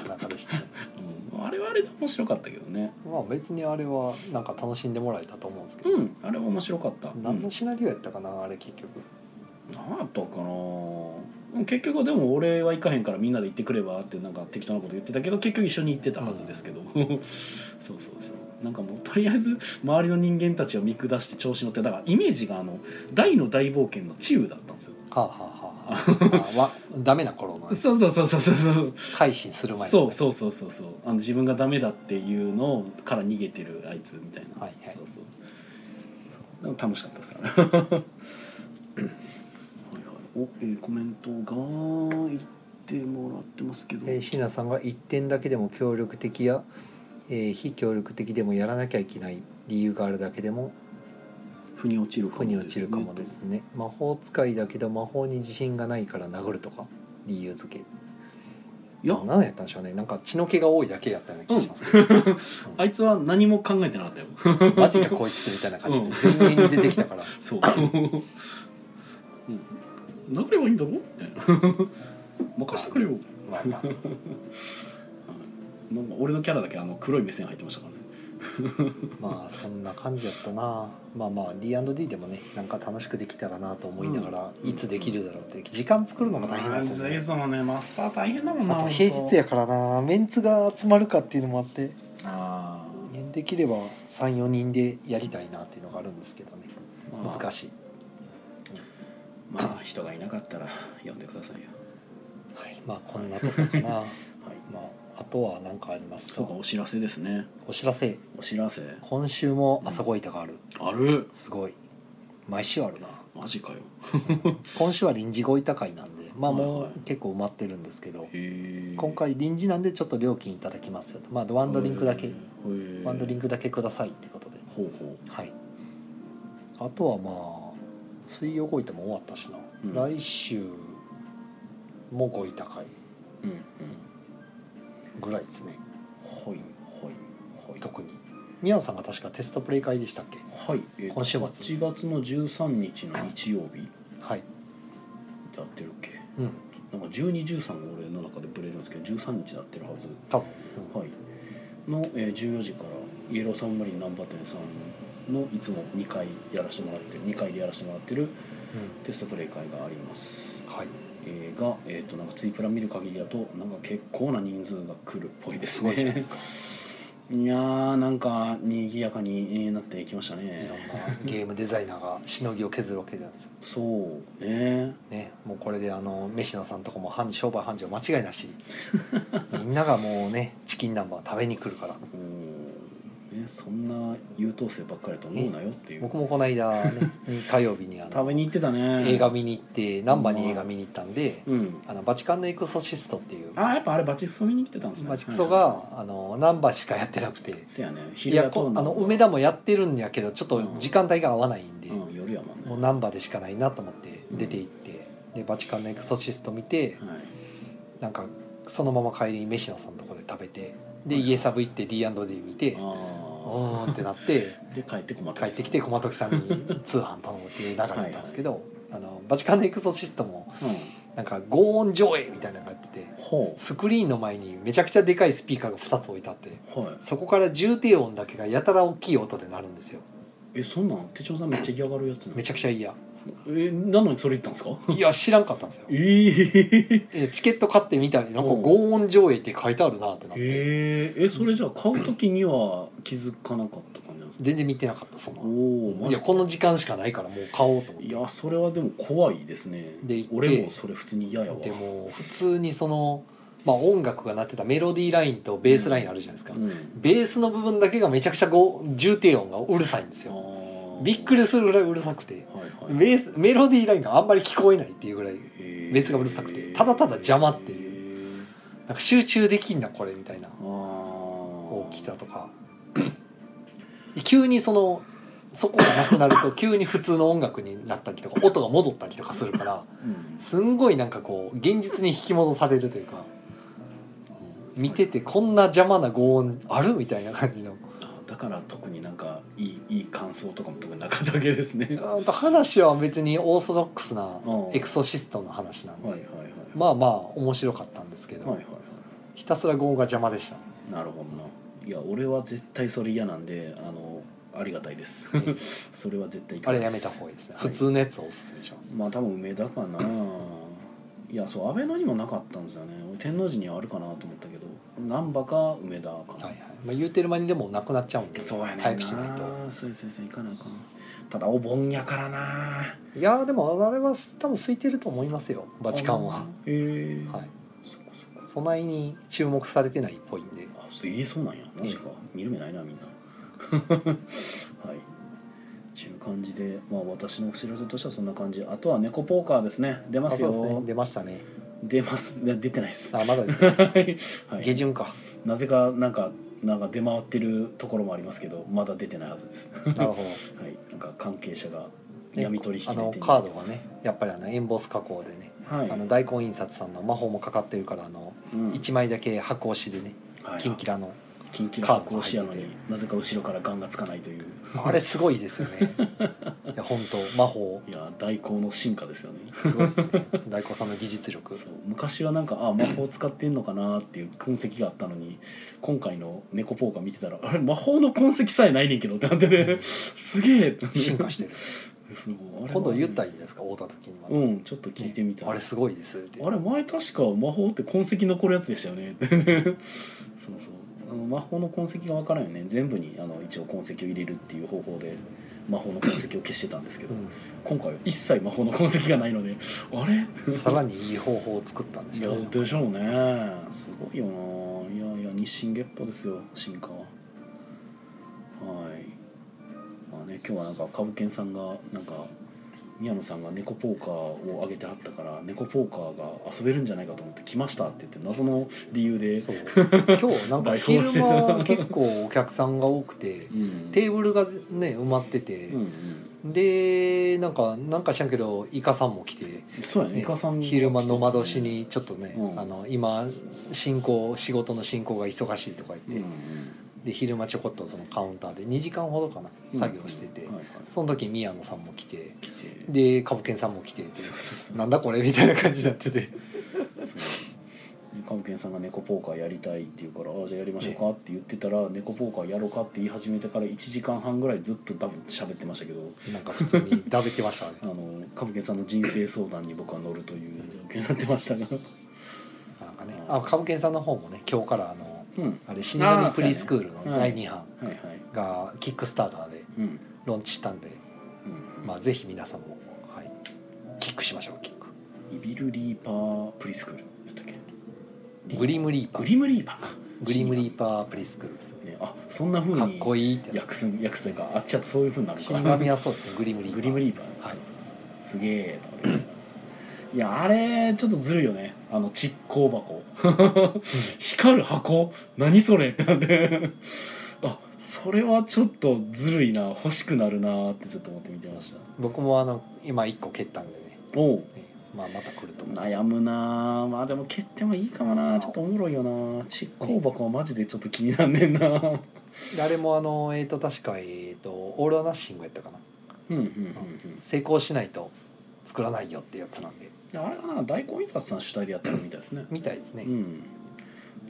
中でしたねうん、あれはあれで面白かったけどねまあ別にあれはなんか楽しんでもらえたと思うんですけど、うんあれは面白かった何うんのシナリオやったかなあれ結局なんやったかなうん結局でも俺は行かへんからみんなで行ってくればってなんか適当なこと言ってたけど結局一緒に行ってたはずです けど、そうそうそうなんかもうとりあえず周りの人間たちを見下して調子乗ってだからイメージがあの大の大冒険の治癒だったんですよ、はあはあはあ、あわダメな頃のねそうそうそうそうそうそう改心する前そううそうそうそうそうあの自分がダメだっていうのをから逃げてるあいつみたいな、はいはいそうそう楽しかったですからはい、はい、お、えーコメントが言ってもらってますけど、えー、椎名さんが一点だけでも協力的や、えー非協力的でもやらなきゃいけない理由があるだけでも腑に落ちるか腑に落ちるかもですね魔法使いだけど魔法に自信がないから殴るとか理由付けいや何やったんでしょうねなんか血の気が多いだけやったような気がしますけ ど、あいつは何も考えてなかったよ マジかこいつみたいな感じで全員に出てきたからそううん殴ればいいんだろみたいな 任せてくれよまあまあなんか俺のキャラだけあの黒い目線入ってましたからねまあそんな感じやったなまあまあ D&D でもねなんか楽しくできたらなと思いながら、うんいつできるだろうって時間作るのが大変なんですよいねつもねマスター大変だもんなあと平日やからなメンツが集まるかっていうのもあってあできれば34人でやりたいなっていうのがあるんですけどね難しいしい、まあ人がいなかったら読んでくださいよはい、まあこんなと こかなまはいああとは何かありますそかうかお知らせですねお知らせお知らせ今週も朝ごいたがあるあるすごい毎週あるなマジかよ今週は臨時ごいた会なんでまあはもいはう結構埋まってるんですけどへえ今回臨時なんでちょっと料金いただきますよとまあワンドリンクだけワンドリンククだけくださいってことでほうほはいあとはまあ水曜ごいたも終わったしな、うん来週もごいた会ううんうんぐらいですねほいほいほい特に宮野さんが確かテストプレイ会でしたっけはい、えーと今週末8月の13日の日曜日はいで合ってるっけうんなんか1213が俺の中でブレるんですけど13日で合ってるはず多分、うんはい、の、えー、14時からイエローサンマリン難波店さんのいつも2回やらせてもらってる2回でやらせてもらってるテストプレイ会があります、うんはいえーが、えー、となんかツイプラ見る限りだとなんか結構な人数が来るっぽいですすねごいじゃないですか いやーなんか賑やかにえーなっていきましたいねろんなゲームデザイナーがしのぎを削るわけじゃないですかそうねねもうこれであの飯野さんとかも繁商売繁盛間違 いなしみんながもうねチキン南蛮食べに来るからうんねそんな優等生ばっかりだと思うなよっていう僕もこの間 ねに火曜日にあの食べに行ってたね映画見に行って難波に映画見に行ったんで、うんあのバチカンのエクソシストっていうあーやっぱあれバチクソ見に来てたんですねバチクソはいがあの難波しかやってなくてせやねい昼や夜ことあの梅田もやってるんやけどちょっと時間帯が合わないんで、うん、夜やもんねもう難波でしかないなと思って出て行って、でバチカンのエクソシスト見てはい、なんかそのまま帰りに飯野さんのとこで食べてで家サブ行って D&D 見てうあーんってなって。あで帰ってこま帰ってきて小松さんに通販頼むっていう流れだったんですけどあのバチカンのエクソシストもうんなんか轟音上映みたいなのがやっててほスクリーンの前にめちゃくちゃでかいスピーカーが2つ置いてあってうはいそこから重低音だけがやたら大きい音で鳴るんですよえそんなん手帳さんめっちゃ嫌がるやつなのめちゃくちゃ嫌えなのにそれ言ったんですかいや知らんかったんですよえー、えチケット買ってみたらなんかうん轟音上映って書いてあるなってなっ てえー、えそれじゃあ買う時には気づかなかった感じなんですか全然見てなかったそのおおマいジやかこの時間しかないからもう買おうと思っいてやそれはでも怖いですねで行って俺もそれ普通に嫌やわでも普通にそのまあ音楽が鳴ってたメロディーラインとベースラインあるじゃないですかうん、ベースの部分だけがめちゃくちゃご重低音がうるさいんですあよーびっくりするぐらいうるさくてはいはいベースメロディーラインがあんまり聞こえないっていうぐらいベベースがうるさくてただただ邪魔っていうなんか集中できんなこれみたいなあ大大きさとか 急にそのそこがなくなる と急に普通の音楽になったりとか音が戻ったりとかするからうんすんごいなんかこう現実に引き戻されるというか、うん見ててこんな邪魔な轟音あるみたいな感じのあだから特になんかいいいい感想とかも特になかったわけです ねはうんと話は別にオーソドックスなうんエクソシストの話なんいはいはでいまあまあ面白かったんですけはいはどいはひたすら轟音が邪魔 でしたねいなるほどないや俺は絶対それ嫌なんであのありがたいです それは絶対いかあなれいやですめた方がいいですねはい普通のやつをおすすめしますまあ多分梅田かないやそう安倍のにもなかったんですよね俺天王寺にはあるかなと思ったけど難波か梅田かな、はいはいまあ言うてる間にでもなくなっちゃうんでそうやねんな早くしないとそうそうそう行かなあかんただお盆やからないやーでもあれは多分空いてると思いますよバチカンはへえはいそっかそっかそないに注目されてないっぽいんであそう言えそうなんやマジか見る目ないなみんな はいちゅう感じで、まあ、私のお知らせとしてはそんな感じあとは猫ポーカーですね出まあすそようですね出ましたね出ますいや出てないです、はあま だですねいはい下旬かなぜかなんかなんか出回ってるところもありますけどまだ出てないはずです、はなる ほどい、なんか関係者がね闇取引あで手にの入れてカードがねやっぱりあのエンボス加工でね、はいあの大根印刷さんの魔法もかかってるからあのうん1枚だけ箱押しでねはいキンキ ラのキンキラカード発行しやの入にってなぜか後ろからガンがつかないというあれすごいですよねいや本当魔法いや大行の進化ですよねすごいです ね大根さんの技術力そう昔はなんかあ魔法使ってんのかなっていう痕跡があったのに今回の「猫ポーカー」見てたらあれ魔法の痕跡さえないねんけどってなっててすげえ進化してるすごいあれは今度言ったらいいんじゃないですか会うた時にまた、うねんちょっと聞いてみたい、あれすごいですってあれ前確か魔法って痕跡残るやつでしたよね そうそうあの魔法の痕跡が分からんよね全部にあの一応痕跡を入れるっていう方法で魔法の痕跡を消してたんですけどう今回は一切魔法の痕跡がないのであれん、 さらにいい方法を作ったんでいしやょうねでしょうねすごいよないやいや日進月歩ですよ進化ははいまあね今日はなんか株券さんがなんか宮野さんが猫ポーカーをあげてはったから猫ポーカーが遊べるんじゃないかと思って来ましたって言って謎の理由で そう今日なんか昼代表し間て結構お客さんが多くてうんテーブルがね埋まってて、うんうんでなんかなんか知らんけどイカさんも来て、そうやねねイカさんが昼間の窓しにちょっとね、うんあの今進行仕事の進行が忙しいとかうんう言んって、で昼間ちょこっとそのカウンターで2時間ほどかな作業してて、うんはいはいその時宮野さんも来て来てで株券さんも来ててそうそうそうなんだこれみたいな感じになっててカムケンさんが猫ポーカーやりたいって言うから「あじゃあやりましょうか」って言ってたら「猫ポーカーやろうか」って言い始めてから1時間半ぐらいずっと多分喋ってましたけどなんか普通にだべってまし たねあ。のカムケンさんの人生相談に僕は乗るという状況になってましたがなんかね、あ、株券さんの方もね、今日からあの、 うんはあれ、死神プリスクールあのーそうやね第2版いはいがキックスターターでうんローンチしたんで、うんまあ、ぜひ皆さんも、はい、キックしましょう、キック。イビルリーパープリスクールやったっけグリムリーパーグです。リムリーパーかグリムリーパープリスクールですね。ねあそんな風にかっこいいって。訳す訳すというかあっちゃとそういう風になるか死神はそうですね、グリムリーパー。グリムリーバー、はそう。そいうそうすげえと思っていやあれちょっとずるいよねあの蓄光箱光る箱何それってなってあそれはちょっとずるいな欲しくなるなってちょっと思って見てまし僕もあの、今1個蹴ったんでね、たおうねまあ、また来ると思います。悩むなまあでも蹴ってもいいかもなちょっとおもろいよな蓄光箱はマジでちょっと気になんねんなうんであれもあの、えっ、と、確か、えっ、と、オールアナッシングやったかな。うんうんうん成功しないと作らないよってやつなんでいやあれかな大根印刷さん主体でやってるみたいですねみたいですね、うん、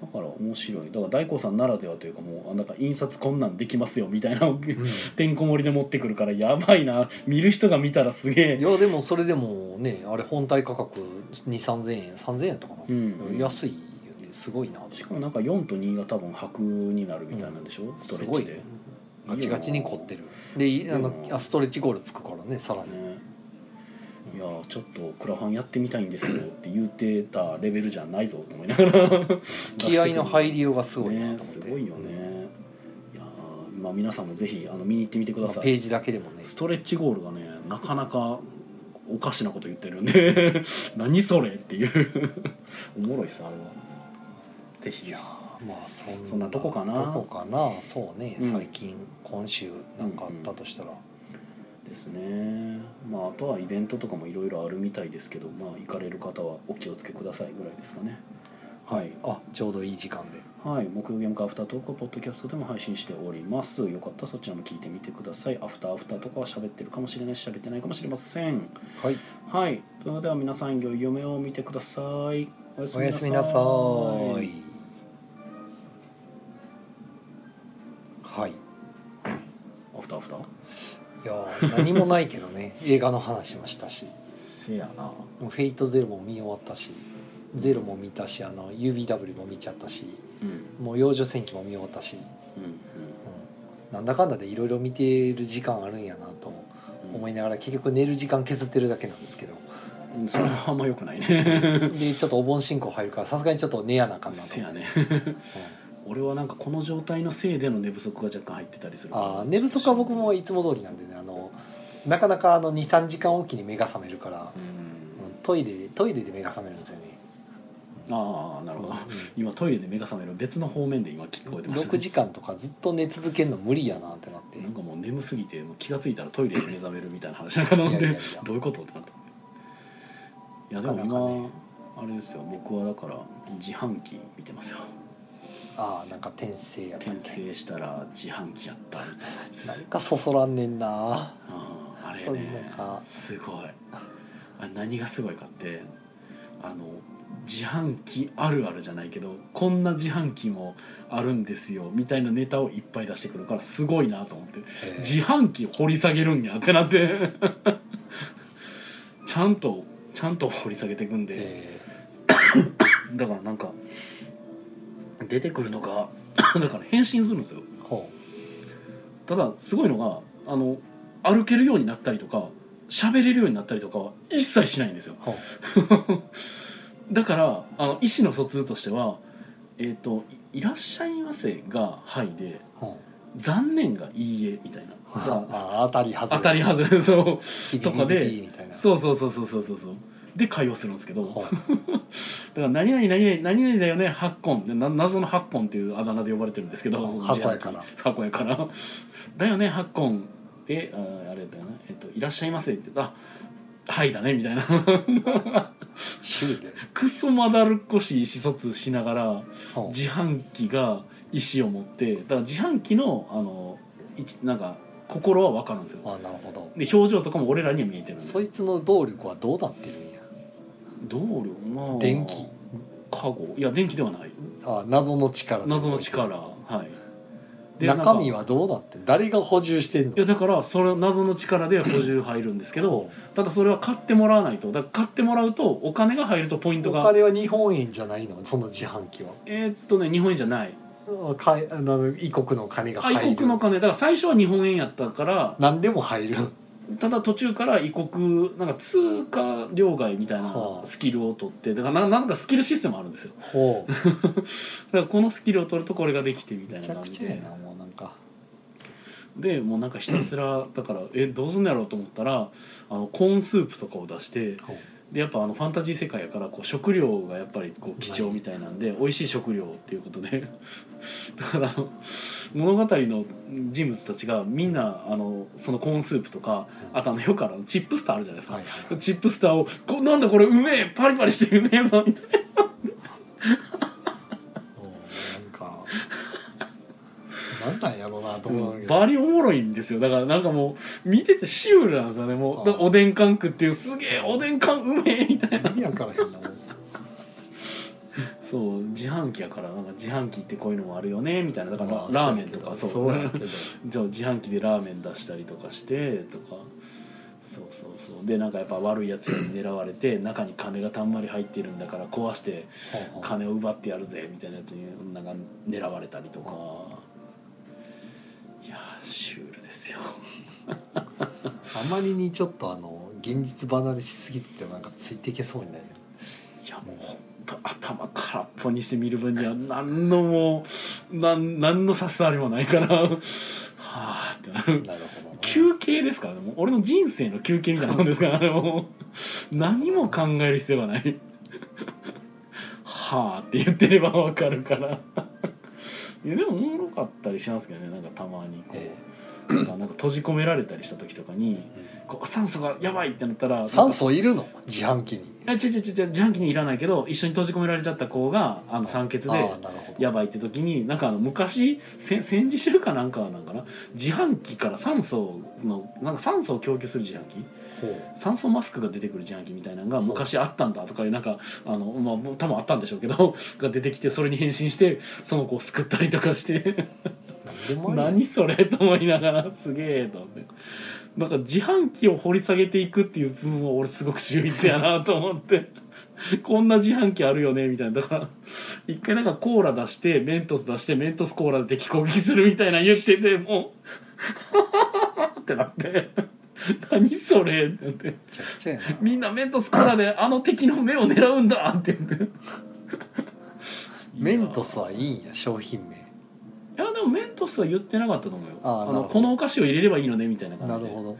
だから面白いだから大光さんならではというかもうあなんか印刷こんなんできますよみたいな うんてんこ盛りで持ってくるからやばいな見る人が見たらすげいえ、やでもそれでもねあれ本体価格2 3 0円3000円やったかな、うん、安いよねすごいなしかもなんか4と2が多分白になるみたいなんでしょ、スすトレッごチいで、ねね、ガチガチに凝ってるでいあのうんあストレッチゴールつくからねさらに、いやーちょっとクラファンやってみたいんですよって言ってたレベルじゃないぞと思いながら気合の入りようがすごいなねと思っすて、ごいよね、うんいやーまあ皆さんもぜひあの見に行ってみてくまだあさいページだけでもねストレッチゴールがねなかなかおかしなこと言ってるんで 何それっていうおもろいさあれはぜひまあそんなそんなとこかなどこかなそうね、うん最近今週なんかあったとしたら、ですねまああとはイベントとかもいろいろあるみたいですけどまあ行かれる方はお気をつけくださいぐらいですかねはいあちょうどいい時間ではい、木曜ゲーム会アフタートークをポッドキャストでも配信しております。よかったらそちらも聞いてみてください。アフターアフターとかは喋ってるかもしれないし、喋ってないかもしれません。はいはい、それでは皆さん、良い夢を見てください。おやおやすみなさーいはいアフターアフターいやー何もないけどね映画の話もしたしせやな。もうフェイトゼロも見終わったしゼロも見たしあの UBW も見ちゃったしうん、うん、もう幼女戦記も見終わったし、うん、なんだかんだでいろいろ見てる時間あるんやなとうん。思いながら結局寝る時間削ってるだけなんですけどうんそれはあんま良くないね。でちょっとお盆進行入るからさすがにちょっと寝 やなあかんなとせ思っやて、ね。うん俺はなんかこの状態のせいでの寝不足が若干入ってたりするからあー寝不足は僕もいつも通りなんでねあのなかなかあの23時間おきに目が覚めるからう、んうんトイレでトイレで目が覚めるんですよねああなるほどそう今トイレで目が覚める別の方面で今聞こえてました、 6時間とかずっと寝続けるの無理やなってなってなんかもう眠すぎてもう気が付いたらトイレで目覚めるみたいな話だからなんいでやいやいやどういうことってなったいやでも今なかなかねあれですよ僕はだから自販機見てますよああなんか転生やったっ転け生したら自販機やったみたいなやつなんかそそらんねんなあああれそんねなかすごいあ何がすごいかってあの自販機あるあるじゃないけどこんな自販機もあるんですよみたいなネタをいっぱい出してくるからすごいなと思ってえー自販機掘り下げるんやってなって ちゃんとちゃんと掘り下げていくんで、えだからなんか出てくるのが だから変身するんですよーほただすごいのがあの歩けるようになったりとか喋れるようになったりとかは一切しないんですようほうだからあの意思の疎通としては「えー、といいらっしゃいませ」が「はい」でほう「残念」が「いいえ」みたいなだから あー当たり外れ当たり外れそうピピピピとかでみたいなそうそうそうそうそうそうそうで会話するんですけどだかほうら「何々何々何々だよねハッコン」でな謎のハッコンっていうあだ名で呼ばれてるんです けどうん箱やから箱やから「だよねハッコン」でああれだよね、えっと「いらっしゃいませ」って「あはいだね」みたいな シュールクソまだるっこしい意思疎通しながらほう自販機が意思を持ってだから自販機のあのいちなんか心は分かるんですよあーなるほどで表情とかも俺らには見えてるんでそいつの動力はどうなってるんやどうよまあ電気カゴいや電気ではないあ謎の力謎の力はいで中身なんかはどうなってん誰が補充してんのいやだからその謎の力で補充入るんですけどそうただそれは買ってもらわないとだから買ってもらうとお金が入るとポイントおが金は日本円じゃないのその自販機はえーっとね日本円じゃないかいあの異国の金があ入異る国の金だから最初は日本円やったから何でも入るただ途中から異国なんか通貨両替みたいなはあスキルを取ってだからななんかスキルシステムあるんですよほうだからこのスキルを取るとこれができてみためいなちゃ感くじちでゃやなもうなんかでもうなんかひたすらだからえどうすんのやろうと思ったらあのコーンスープとかを出してほうでやっぱあのファンタジー世界やからこう食料がやっぱりこう貴重みたいなんで美味しい食料っていうことで だからあの物語の人物たちがみんなあのそのコーンスープとかあとあのよくあるあのチップスターあるじゃないですか、はいはいチップスターを「こなんだこれうめえパリパリしてうめえぞ」みたいなほうなんかなんなんやろうなと思うけどバリおもろいんですよだからなんかもう見ててシュールなんですよねもうはあだからおでん缶食っていうすげえおでん缶うめえみたいな意味わからへんなもうそう自販機やからなんか自販機ってこういうのもあるよねみたいなだからまあラーメンとかそうそうやけどじゃあ自販機でラーメン出したりとかしてとかそうそうそうでなんかやっぱ悪いやつに狙われて中に金がたんまり入ってるんだから壊してそうやけどほうほう金を奪ってやるぜみたいなやつになんか狙われたりとかいやーシュールですよあまりにちょっとあの現実離れしすぎててなんかついていけそうにないいやもうほんと頭空っぽにして見る分には何のもうなん何の差し障りもないからはあってなるなるほどな休憩ですからねもう俺の人生の休憩みたいなもんです からねもう何も考える必要がないはあって言ってればわかるからいやでもおもろかったりしますけどねなんかたまにこう、えなんかなんか閉じ込められたりした時とかにこう酸素がやばいってなったらなんか酸素いるの自販機にあ違う違う違う自販機にいらないけど一緒に閉じ込められちゃった子があの酸欠でああなるほどやばいって時になんかあの昔せ戦時中かなんかなんかな自販機から酸素のなんか酸素を供給する自販機ほう酸素マスクが出てくる自販機みたいなのが昔あったんだとかいうなんかあの、まあ、もう多分あったんでしょうけど が出てきてそれに変身してその子を救ったりとかして何でもあり何それと思いながらすげえと思ってなんか自販機を掘り下げていくっていう部分は俺すごく秀逸やなと思ってこんな自販機あるよねみたいなだから一回なんかコーラ出してメントス出してメントスコーラで敵攻撃するみたいなの言っててもうってなって何それってなって。めちゃくちゃやなみんなメントスコーラであの敵の目を狙うんだって言ってメントスはいいんや商品名いやでもメントスは言ってなかったと思うよあーあなるのほどこのお菓子を入れればいいのねみたいな感じなでるほど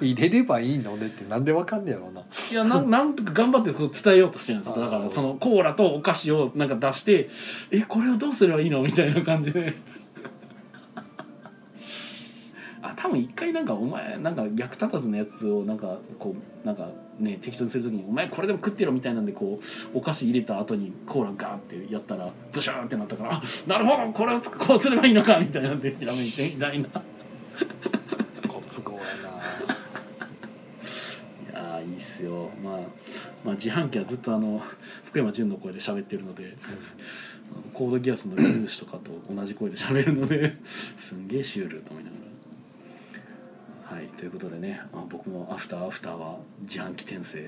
入れればいいのねってなんでわかんねやろうないやなん なんとか頑張ってこう伝えようとしてるんですあーよだからそのコーラとお菓子をなんか出してえこれをどうすればいいのみたいな感じで あ多分一回なんかお前なんか役立たずのやつをなんかこうなんかね適当にするときに「お前これでも食ってろ」みたいなんでこうお菓子入れた後にコーラガーってやったらブシューンってなったからあ「なるほどこれをつこうすればいいのか」みたいなんでひらめいてみたいな。ご都合やいやーいいっすよ、まあ、まあ自販機はずっとあの福山潤の声で喋ってるのでコードギアスのルーシュとかと同じ声で喋るのですんげえシュールと思いながら。はいということでね、まあ、僕も「アフターアフター」は自販機転生、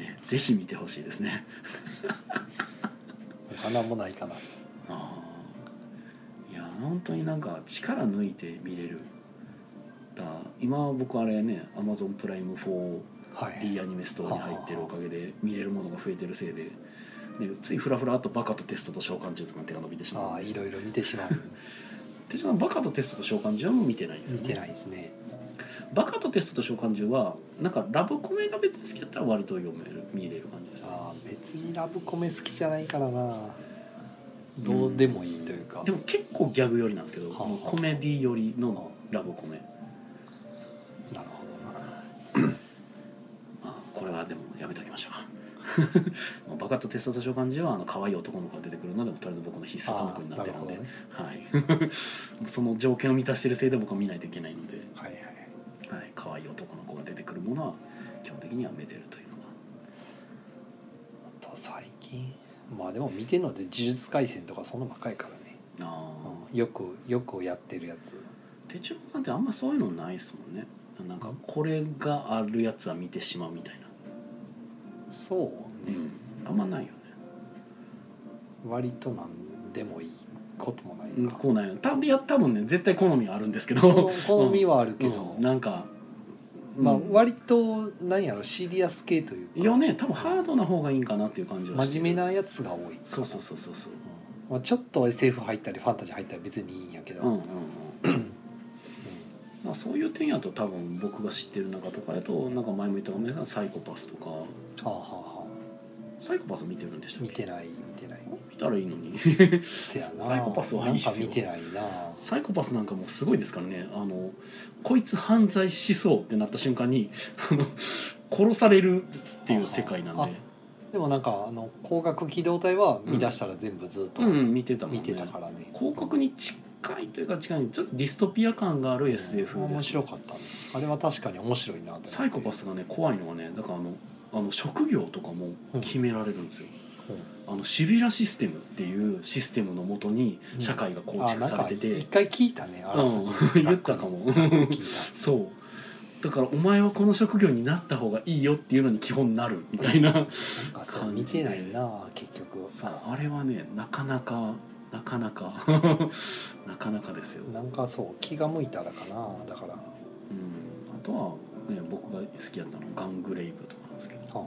ね、ぜひ見てほしいですね。なお花もないかなあーいや本当になんか力抜いて見れる。だから今僕あれね Amazon プライム4はい D アニメストアに入ってるおかげで見れるものが増えてるせいででついフラフラっとバカとテストと召喚獣とか手が伸びてしまああういろいろ見てしまう手品バカとテストと召喚獣はもう見てないんです見よてなねいですねバカとテストと召喚獣はなんかラブコメが別に好きだったら割と読める見れる感じですああ別にラブコメ好きじゃないからなどうでもいいというか、でも結構ギャグ寄りなんですけどはあはあもうコメディ寄りのラブコメなるほどなあこれはでもやめときましょうか まあバカとテストと召喚獣はあの可愛い男の子が出てくるのでもとりあえず僕の必須科あ目にあなってなるるほのどでねはい、 その条件を満たしてるせいで僕は見ないといけないので、はいははいい、可愛い男の子が出てくるものは基本的にはめでるというのがあと最近まあでも見てるので呪術廻戦とかそんなばっかりからね、ああ、うん、よくよくやってるやつ手帳さんってあんまそういうのないですもんねなんかこれがあるやつは見てしまうみたいそうな、ね、あんまないよね割となんでもいいこともないうんか、こうなんやたいや多分ね絶対好みはあるんですけこ どの好みはあるけど、うんなんか、まあうん割となんやろシリアス系というかいやね多分ハードな方がいいんかなっていう感じはして真面目ななやつが多いかなそうそうそうそうそううんまあ、ちょっと SF 入ったりファンタジー入ったり別にいいんやけど、うんううんんうんまあ、そういう点やと多分僕が知ってる中とかやとなんか前も言ったごめんなさいサイコパスとかはあはあはあサイコパス見てるんでしたっ見けてない見てない見たらいいのに せやなサイコパスはいいっすなよんか見てないなサイコパスなんかもうすごいですからねあのこいつ犯罪しそうってなった瞬間にあの殺されるっていう世界なんであでもなんかあの光学機動隊は見出したら全部ずっとうんうん見てたもんね見てたからね広告に近いというか近いちょっとディストピア感がある SF うん面です白かったねあれは確かに面白いなと思ってサイコパスがね怖いのはねだからあのあの職業とかも決められるんですよ、あのシビラシステムっていうシステムのもとにうん社会が構あ築なんさかれてて、一回聞いたねあらすじ、うん言ったかもざっくり聞いそうだからお前はこの職業になった方がいいよっていうのに基本なるみたい なたなんかさ見てないな結局あれはねなかなかなかなか なかなかですよ、うん、なんかそう気が向いたらかなだから、はあとは、ね、僕が好きやったのガングレイブとかなんですけどあは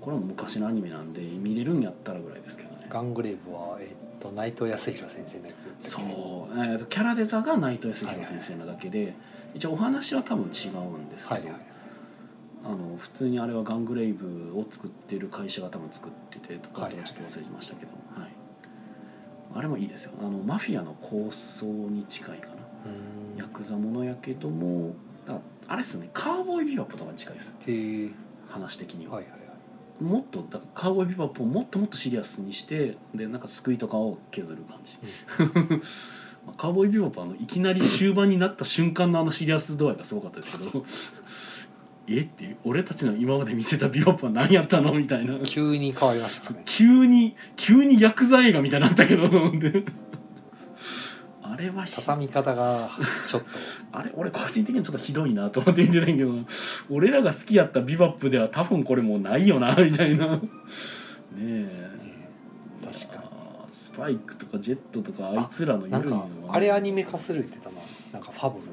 これはもう昔のアニメなんで見れるんやったらぐらいですけどあねガングレーブは、えっと内藤康弘先生のやつやったっけそう、えーとキャラデザが内藤康弘先生なだけで、一応お話は多分違うんですけはいど、はいあの普通にあれはガングレイブを作ってる会社が多分作っててとかはちいょはいっと忘れてましたけど、はいあれもいいですよあのマフィアの構想に近いかなうんヤクザものやけどもだあれですねカーボーイビバップとかに近いですへえ話的には、はいはいはいもっとだからカーボーイビバップをもっともっとシリアスにしてでなんか救いとかを削る感じ、 まあカーボーイビバップはあのいきなり終盤になった瞬間のあのシリアス度合いがすごかったですけど えっていう俺たちの今まで見てたビバップは何やったのみたいな急に変わりましたね急に急にヤクザ映画みたいになったけどであれはひ畳み方がちょっとあれ俺個人的にはちょっとひどいなと思って見てないけど俺らが好きやった「ビバップでは多分これもうないよなみたいなねえね確かあースパイクとかジェットとかあいつらのになん緩いのかはねあれアニメ化する言ってたななんかファブル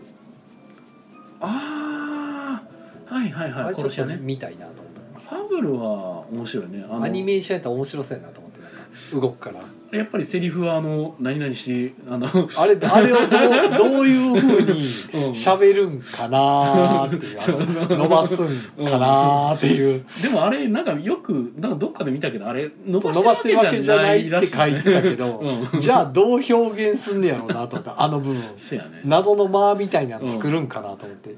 あーはいはいあはいれち殺ょっし屋とね見たいなと思ったファブルは面白いねあのアニメーションやったら面白そうやなと思ってなんか動くからやっぱりセリフはあの何々してあの あれあれをどうどういうふうにうん喋るんかなーっていうあの伸ばすんかなーっていうでもあれなんかよくなんかどっかで見たけどあれ伸伸ばばししててるるわわけけじじゃゃなないいってらしい書いてたけど うんじゃあどう表現すんねやろうなと思ったあの部分せやね謎の間みたいなの作るんかなと思って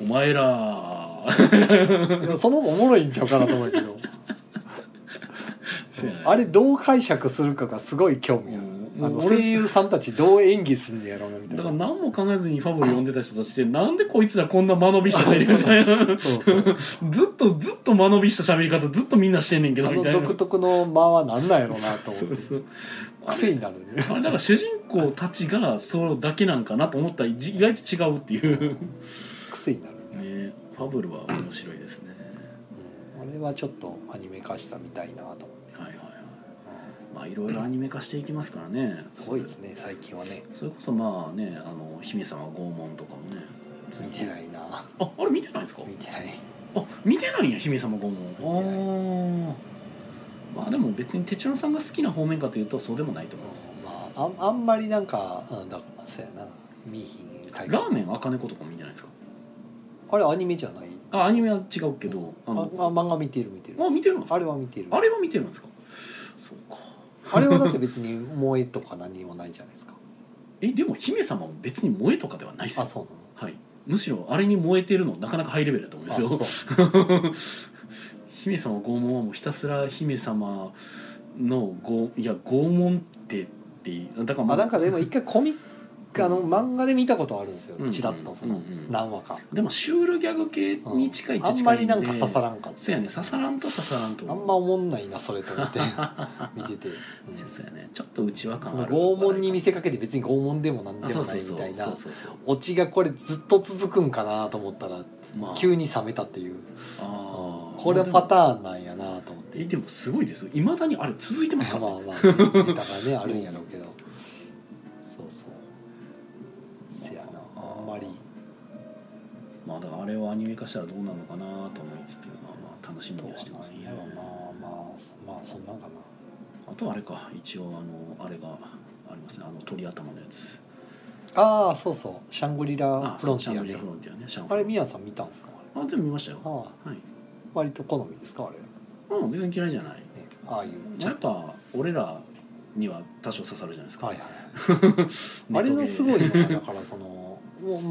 お前ら でもその方がおもろいんちゃうかなと思うけどせやねあれどう解釈するかがすごい興味ある、うんあの俺声優さんたちどう演技すんねやろうなみた いだなから何も考えずにファブル読んでた人たちってなんでこいつらこんな間延びしたセリフじゃないの そうそうずっとずっと間延びした喋り方ずっとみんなしてんねんけどあみたのいな独特の間は何なんやろうなと思っそうてそう癖になるねあれだから主人公たちがそうだけなんかなと思ったらじ意外と違うっていう癖になるね、 ねファブルは面白いですねうん、あれはちょっとアニメ化したみたいなと思って、はいはいはいうんまあいろいろアニメ化していきますからねすごいですね最近はねそれこそまあねあの姫様拷問とかもね見てないなああれ見てないんですか見てないあ見てないんや姫様拷問ああまあでも別に哲郎さんが好きな方面かというとそうでもないと思いますうんまああんあんまりなんかうんだからそうやな見ひんタイプラーメン赤猫とか見てないですかあれアニメじゃないあアニメは違うけどああのあ漫画見てる見てるあ見てるのあれは見てるあれは見てるんですかそうかあれはだって別に萌えとか何にもないじゃないですか。えでも姫様も別に萌えとかではないですあ、よそうはいむしろあれに燃えてるのなかなかハイレベルだと思うんなでの。すよあ、姫様拷問はもうひたすら姫様の拷いや拷問ってってだからそう。もあ、うなんかでも一回コミックあの漫画で見たことあるんですうよ。んちらっとそうんのうん何話か。でもシュールギャグ系うんに近いっちあゃ近いんでまりなんか刺さらんかった。そうやね刺さらんと刺さらんとあんま思んないなそれと 思って見てて。うんそうやねちょっと内輪そ感あのる拷問に見せかけて別に拷問でもなんでもないみたいあそなう。そうそうそうそうオチがこれずっと続くんかなと思ったらそうまあ急に冷めたっていう。あこれはパターンーンなんやなと思って。えでもすごいですよいまだにあれ続いてます まあから、ね、まあネタがねあるんやろうけどそうそうせやなあんまりまあだからあれをアニメ化したらどうなるのかなと思いつつまあまあ楽しみどうになはしてますんねやろまあまあそまあそんなんかなあとはあれか一応あのあれがありますねあの鳥頭のやつああそうそうシャングリラあフロンティアシャングリねラフロンティアねシャンあれミヤさん見たんですかあれあ全部見ましたよあはあい割と好みですかあれ、ね、うん全然嫌いじゃないああいうちゃやっぱ俺らには多少刺さるじゃないですか、はいはいあれのすごいのがだからそのも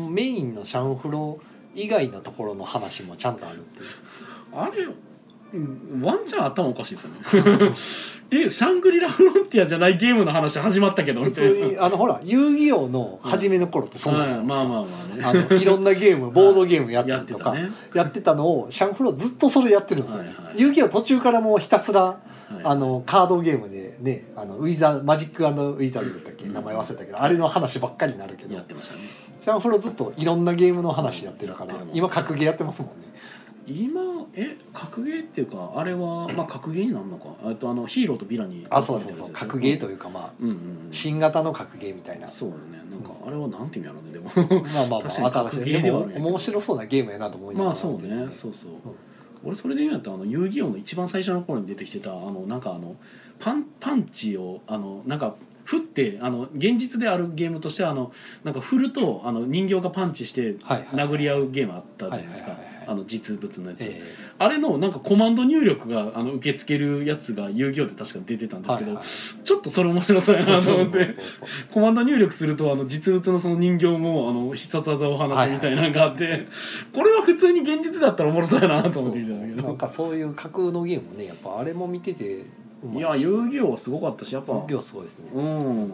うメインのシャンフロ以外のところの話もちゃんとある っていう あれうんワンチャン頭おかしいですよね えシャングリラ・フロンティアじゃないゲームの話始まったけど普みたいな通にあのほら遊戯王の初めの頃ってそうなんじゃないですか、はいまあまあまああね のいろんなゲームボードゲームやったやりってとたかね、やってたのをシャンフローずっとそれやってるんですよ、はいはい遊戯王途中からもうひたすらはいあのカードゲームでねあのウィザーマジックウィザードだったっけうん名前忘れたけどあれの話ばっかりになるけどやってましたねシャンフローずっといろんなゲームの話やってるからやってるもん今格ゲーやってますもんね今え格ゲーっていうかあれ は、まあ、格ゲーになるのかあとあのヒーローとヴィランにあそうそうそう格ゲーとういうかまあうんうん、うん、新型の格ゲーみたいなそうよねなんかあれはなんて意味やろうねでもまあまあまあ確かに新し格いゲーでではもあるんやけど面白そうなゲームやなと思いながらまあそうやっねててそうそう、うん俺それで言うんやったらあの遊戯王の一番最初の頃に出てきてたあのなんかあのパンパンチをあのなんか振ってあの現実であるゲームとしてはあのなんか振るとあの人形がパンチしてはいはい殴り合うゲームあったじゃないですかはいはいはいはいあの実物のやつ、えあれのなんかコマンド入力があの受け付けるやつが遊戯王で確か出てたんえですけど、はいちょっとそれ面白 そうやはないと そう思っそうそうてコマンド入力するとあの実物のその人形もあの必殺技を放つみたいなのがあって、これは普通に現実だったらおもろそうやなと思って見てたんだけそうなんどかそういう架空のゲームねやっぱあれも見ててういまやいし遊戯王すごかったしやっぱ遊戯王すごいですねう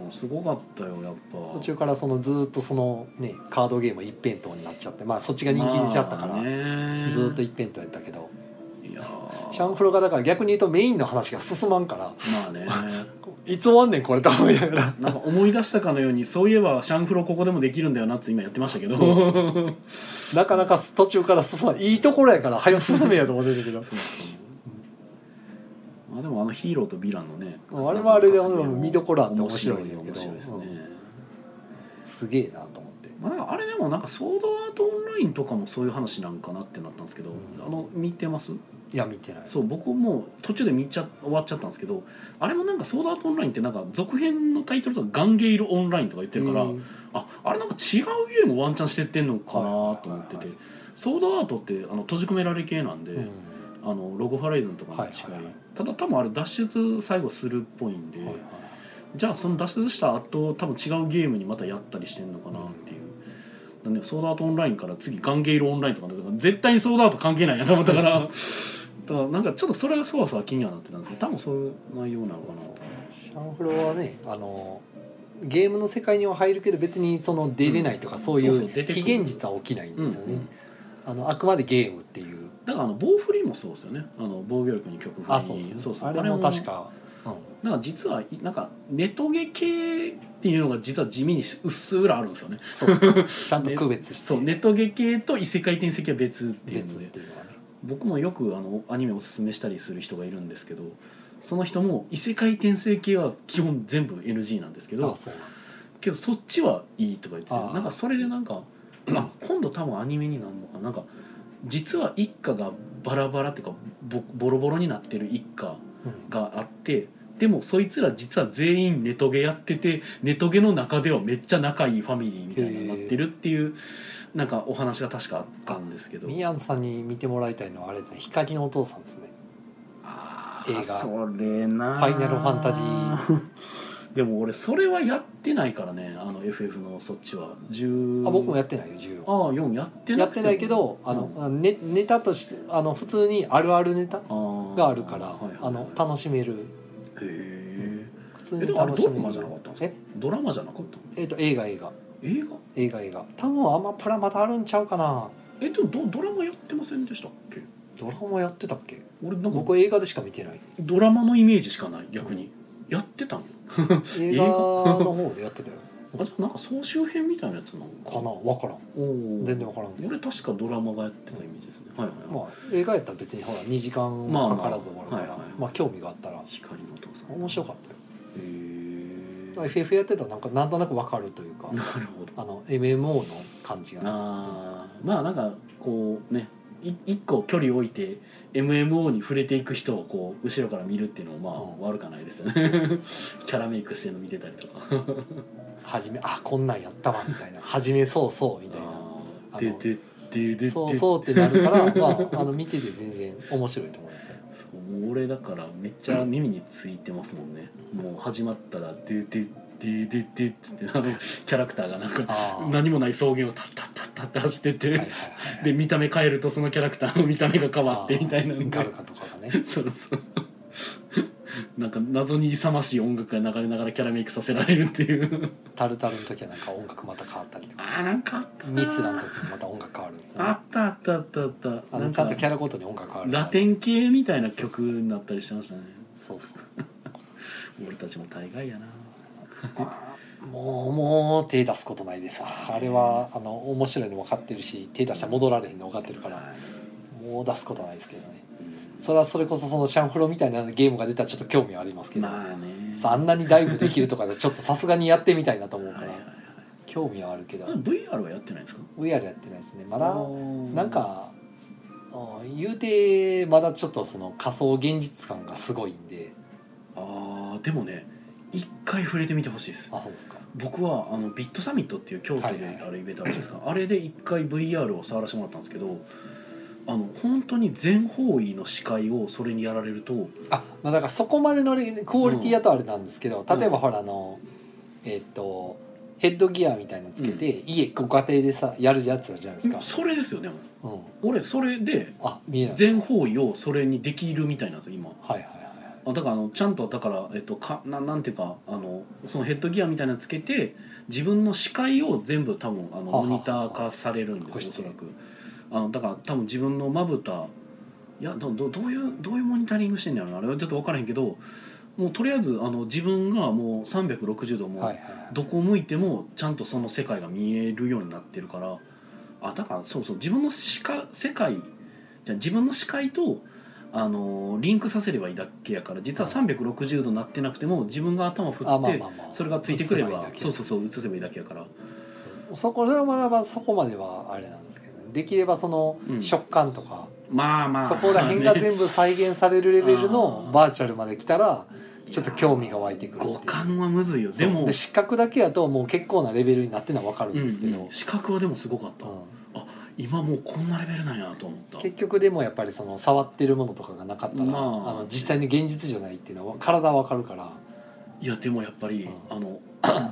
んすごかったよやっぱ途中からそのずーっとそのねカードゲーム一辺倒になっちゃってまあそっちが人気出ちゃったから、まあねずーっと一辺倒やったけどいやーシャンフロがだから逆に言うとメインの話が進まんからまあねいつ終わんねんこれと思いながらなんか思い出したかのようにそういえばシャンフロここでもできるんだよなって今やってましたけどなかなか途中から進まんいいところやから早く進めやと思ってたけどまあでもあのヒーローとヴィランのねあれはあれであの見どころあって面白いんだけど面白いですね、すげえなと思ってまあでもあれでもなんかソードアートオンラインとかもそういう話なんかなってなったんですけど、うんあの見てますいや見てないそう僕もう途中で見ちゃ終わっちゃったんですけどあれもなんかソードアートオンラインってなんか続編のタイトルとかガンゲイルオンラインとか言ってるから、うんああれなんか違うゲームワンチャンしてってんのかなと思ってはいはいはいてはソードアートってあの閉じ込められ系なんで、うんあのロゴホライズンとかに近い,、はいはいはいただ多分あれ脱出最後するっぽいんで、はいはいじゃあその脱出した後多分違うゲームにまたやったりしてんのかなっていう、なんでソードアートオンラインから次ガンゲイルオンラインとかだから絶対にソードアート関係ないやと思ったから ただなんかちょっとそれはそわそわ気にはなってたんですけど多分そういう内容なのかなとそうシャンフロはねあのゲームの世界には入るけど別にその出れないとかそういそうそうう出てくる非現実は起きないうんんでうんすよねあのあくまでゲームっていうだからあの棒振りもそうですよねあの防御力に曲振りあそうですねそうそうあれも確かなんか実はいなんかネトゲ系っていうのが実は地味にうっすらあるんですよねうんそうですね ちゃんと区別してそうネトゲ系と異世界転籍は別っていう別のっでていうのはね僕もよくあのアニメおすすめしたりする人がいるんですけどその人も異世界転生系は基本全部 NG なんですけあどそうなんだけどそっちはいいとか言っててああなんかそれでなん かあ今度多分アニメになるのかななんか実は一家がバラバラっていうかボボロボロになってる一家うんがあってでもそいつら実は全員ネトゲやっててネトゲの中ではめっちゃ仲いいファミリーみたいになってるっていうなんかお話が確かあったんですけどミヤンさんに見てもらいたいのはあれですね光のお父さんですねあ映ー画それなファイナルファンタジー でも俺それはやってないからねあの FF のそっちは10あ僕もややってないよ14ああ4やってなやくっててもないけどあの、ね、ネタとしてあの普通にあるあるネタうんあーがあるからあ、はいはいはいの楽しめるへえ普通えでにもあれ楽しドめラマるじゃなかったんですえかドラマじゃなかったえっ、と映画映画映画映画映画多分アマプラまたあるんちゃうかなえでもドドラマやってませんでしたっけドラマやってたっけ俺なんか僕映画でしか見てないドラマのイメージしかない逆に、やってたの映画の方でやってたよあじゃあなんか総集編みたいなやつなのかな分からんおー全然分からんけど俺確かドラマがやってたイメージですね、はいはい、はいまあ映画やったら別にほら2時間まあまあかからず終わるから、はいはいまあ興味があったら光のお父さん面白かったよへーだから FF やってたらなんかなんとなく分かるというかなるほどあの MMO の感じがねあーまあなんかこうねい一個距離を置いて MMO に触れていく人をこう後ろから見るっていうのもうんまあ悪かないですよね、 キャラメイクしてるの見てたりとか始めあこんなんやったわみたいな始めそうそうみたいなあーででででそうでそうってなるから、まあ、あの見てて全然面白いと思いますよ俺だからめっちゃ耳についてますもんねもう始まったら「ででででで」っつってあのキャラクターがなんかああ、何もない草原をタッタッタッタッて走ってはていはいはいで見た目変えるとそのキャラクターの見た目が変わってみたいなあのーガがルカとかがねそうそうなんか謎に勇ましい音楽が流れながらキャラメイクさせられるっていうタルタルの時はなんか音楽また変わったりとかあーなんかあったなミスラの時もまた音楽変わるんですよ、あね、ったあったあったあったあなのんちゃんとかキャラごとに音楽変わるからラテン系みたいな曲になったりしてましたねそうそう俺たちも大概やなあーもうもう手出すことないですわあれはあの面白いの分かってるし手出したら戻られへんの分かってるからもう出すことないですけどねそれはそれこそそのシャンフロみたいなゲームが出たらちょっと興味はありますけど、まあねさあんなにダイブできるとかでちょっとさすがにやってみたいなと思うかはい らはいはい興味はあるけどあ VR はやってないんですか VR やってないですねまあだなんかうん言うてまだちょっとその仮想現実感がすごいんであーでもね一回触れてみてほしいですあそうですか僕はあのビットサミットっていう京都はいではいあるイベントあるじゃないですか、あれで一回 VR を触らせてもらったんですけどあの本当に全方位の視界をそれにやられるとあまあだからそこまでのレクオリティやとあれなんですけど、うん例えばほらあのえっとヘッドギアみたいなのつけて、家ご家庭でさやるやつあるじゃないですか、それですよでもうん、俺それであ見えない全方位をそれにできるみたいなんですよ今はいはいはいあだからあのちゃんとだから、えっと、かななんていうかあのそのヘッドギアみたいなのつけて自分の視界を全部多分あのはははモニター化されるんですよ隠しおてそらくあのだから多分自分のまぶたいやどどどういうどういうモニタリングしてんのやろなあれはちょっと分からへんけどもうとりあえずあの自分がもう360度もうはいはいはいどこ向いてもちゃんとその世界が見えるようになってるからあだからそうそう自分の視界世界じゃあ自分の視界とあのーリンクさせればいいだけやから実ははい360度なってなくても自分が頭振あっまあてまあまあそれがついてくれば映せばいいだけそうそうそう映せばいいだけやからそこそれはまだまだそこまではあれなんですけど、できればそのうん食感とか、まあまあそこら辺が全部再現されるレベルあのーバーチャルまで来たらちょっと興味が湧いてくるっていう五感はむずいよでそうもで視覚だけやともう結構なレベルになってるのは分かるうんんですけど、うん視覚はでもすごかったうん今もうこんなレベルなんやと思った結局でもやっぱりその触ってるものとかがなかったら、まああ、の実際に現実じゃないっていうのは体は分かるからいやでもやっぱりうあの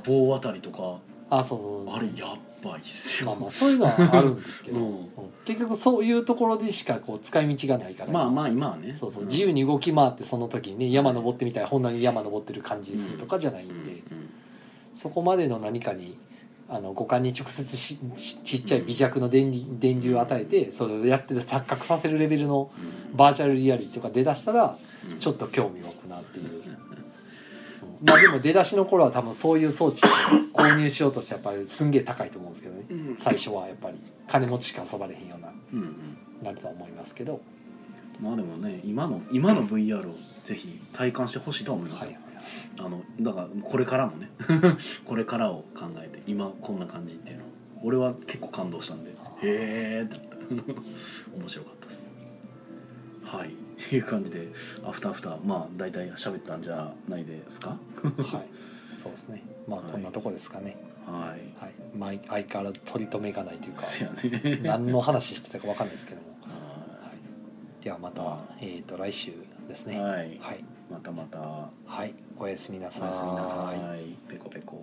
棒あたりとかあそうそうあれやっばいっすまあよまあそういうのはあるんですけ ど、うんうん結局そういうところでしかこう使い道がないからまあまあ今はねそうそう、ん自由に動き回ってその時にね山登ってみたいほんなに山登ってる感じするとかじゃないんうで、んうんそこまでの何かにあの五感に直接しちちっちゃい微弱の電流電流を与えてそれをやってる錯覚させるレベルのうんバーチャルリアリティとか出だしたらうんちょっと興味湧くなっていう。うんまあでも出だしの頃は多分そういう装置って購入しようとしてやっぱりすんげえ高いと思うんですけどねうん最初はやっぱり金持ちしか遊ばれへんようなうんうんなるとは思いますけどまあでもね今の今の VR をぜひ体感してほしいとは思いますはいよ、はいはいあのだからこれからもね これからを考えて今こんな感じっていうの俺は結構感動したんであへーえってな った面白かったですはいいう感じでアフターアフターまあ大体喋ったんじゃないですかはい、そうですね。まあはいこんなとこですかね。はいはい、まあ相変わらず取り留めがないというか、せやね何の話してたかわかんないですけども。ははい、ではまたえっ、と来週ですいね。はいはい、またまたおやはい、おやすみなすさみなーい。さいペコペコ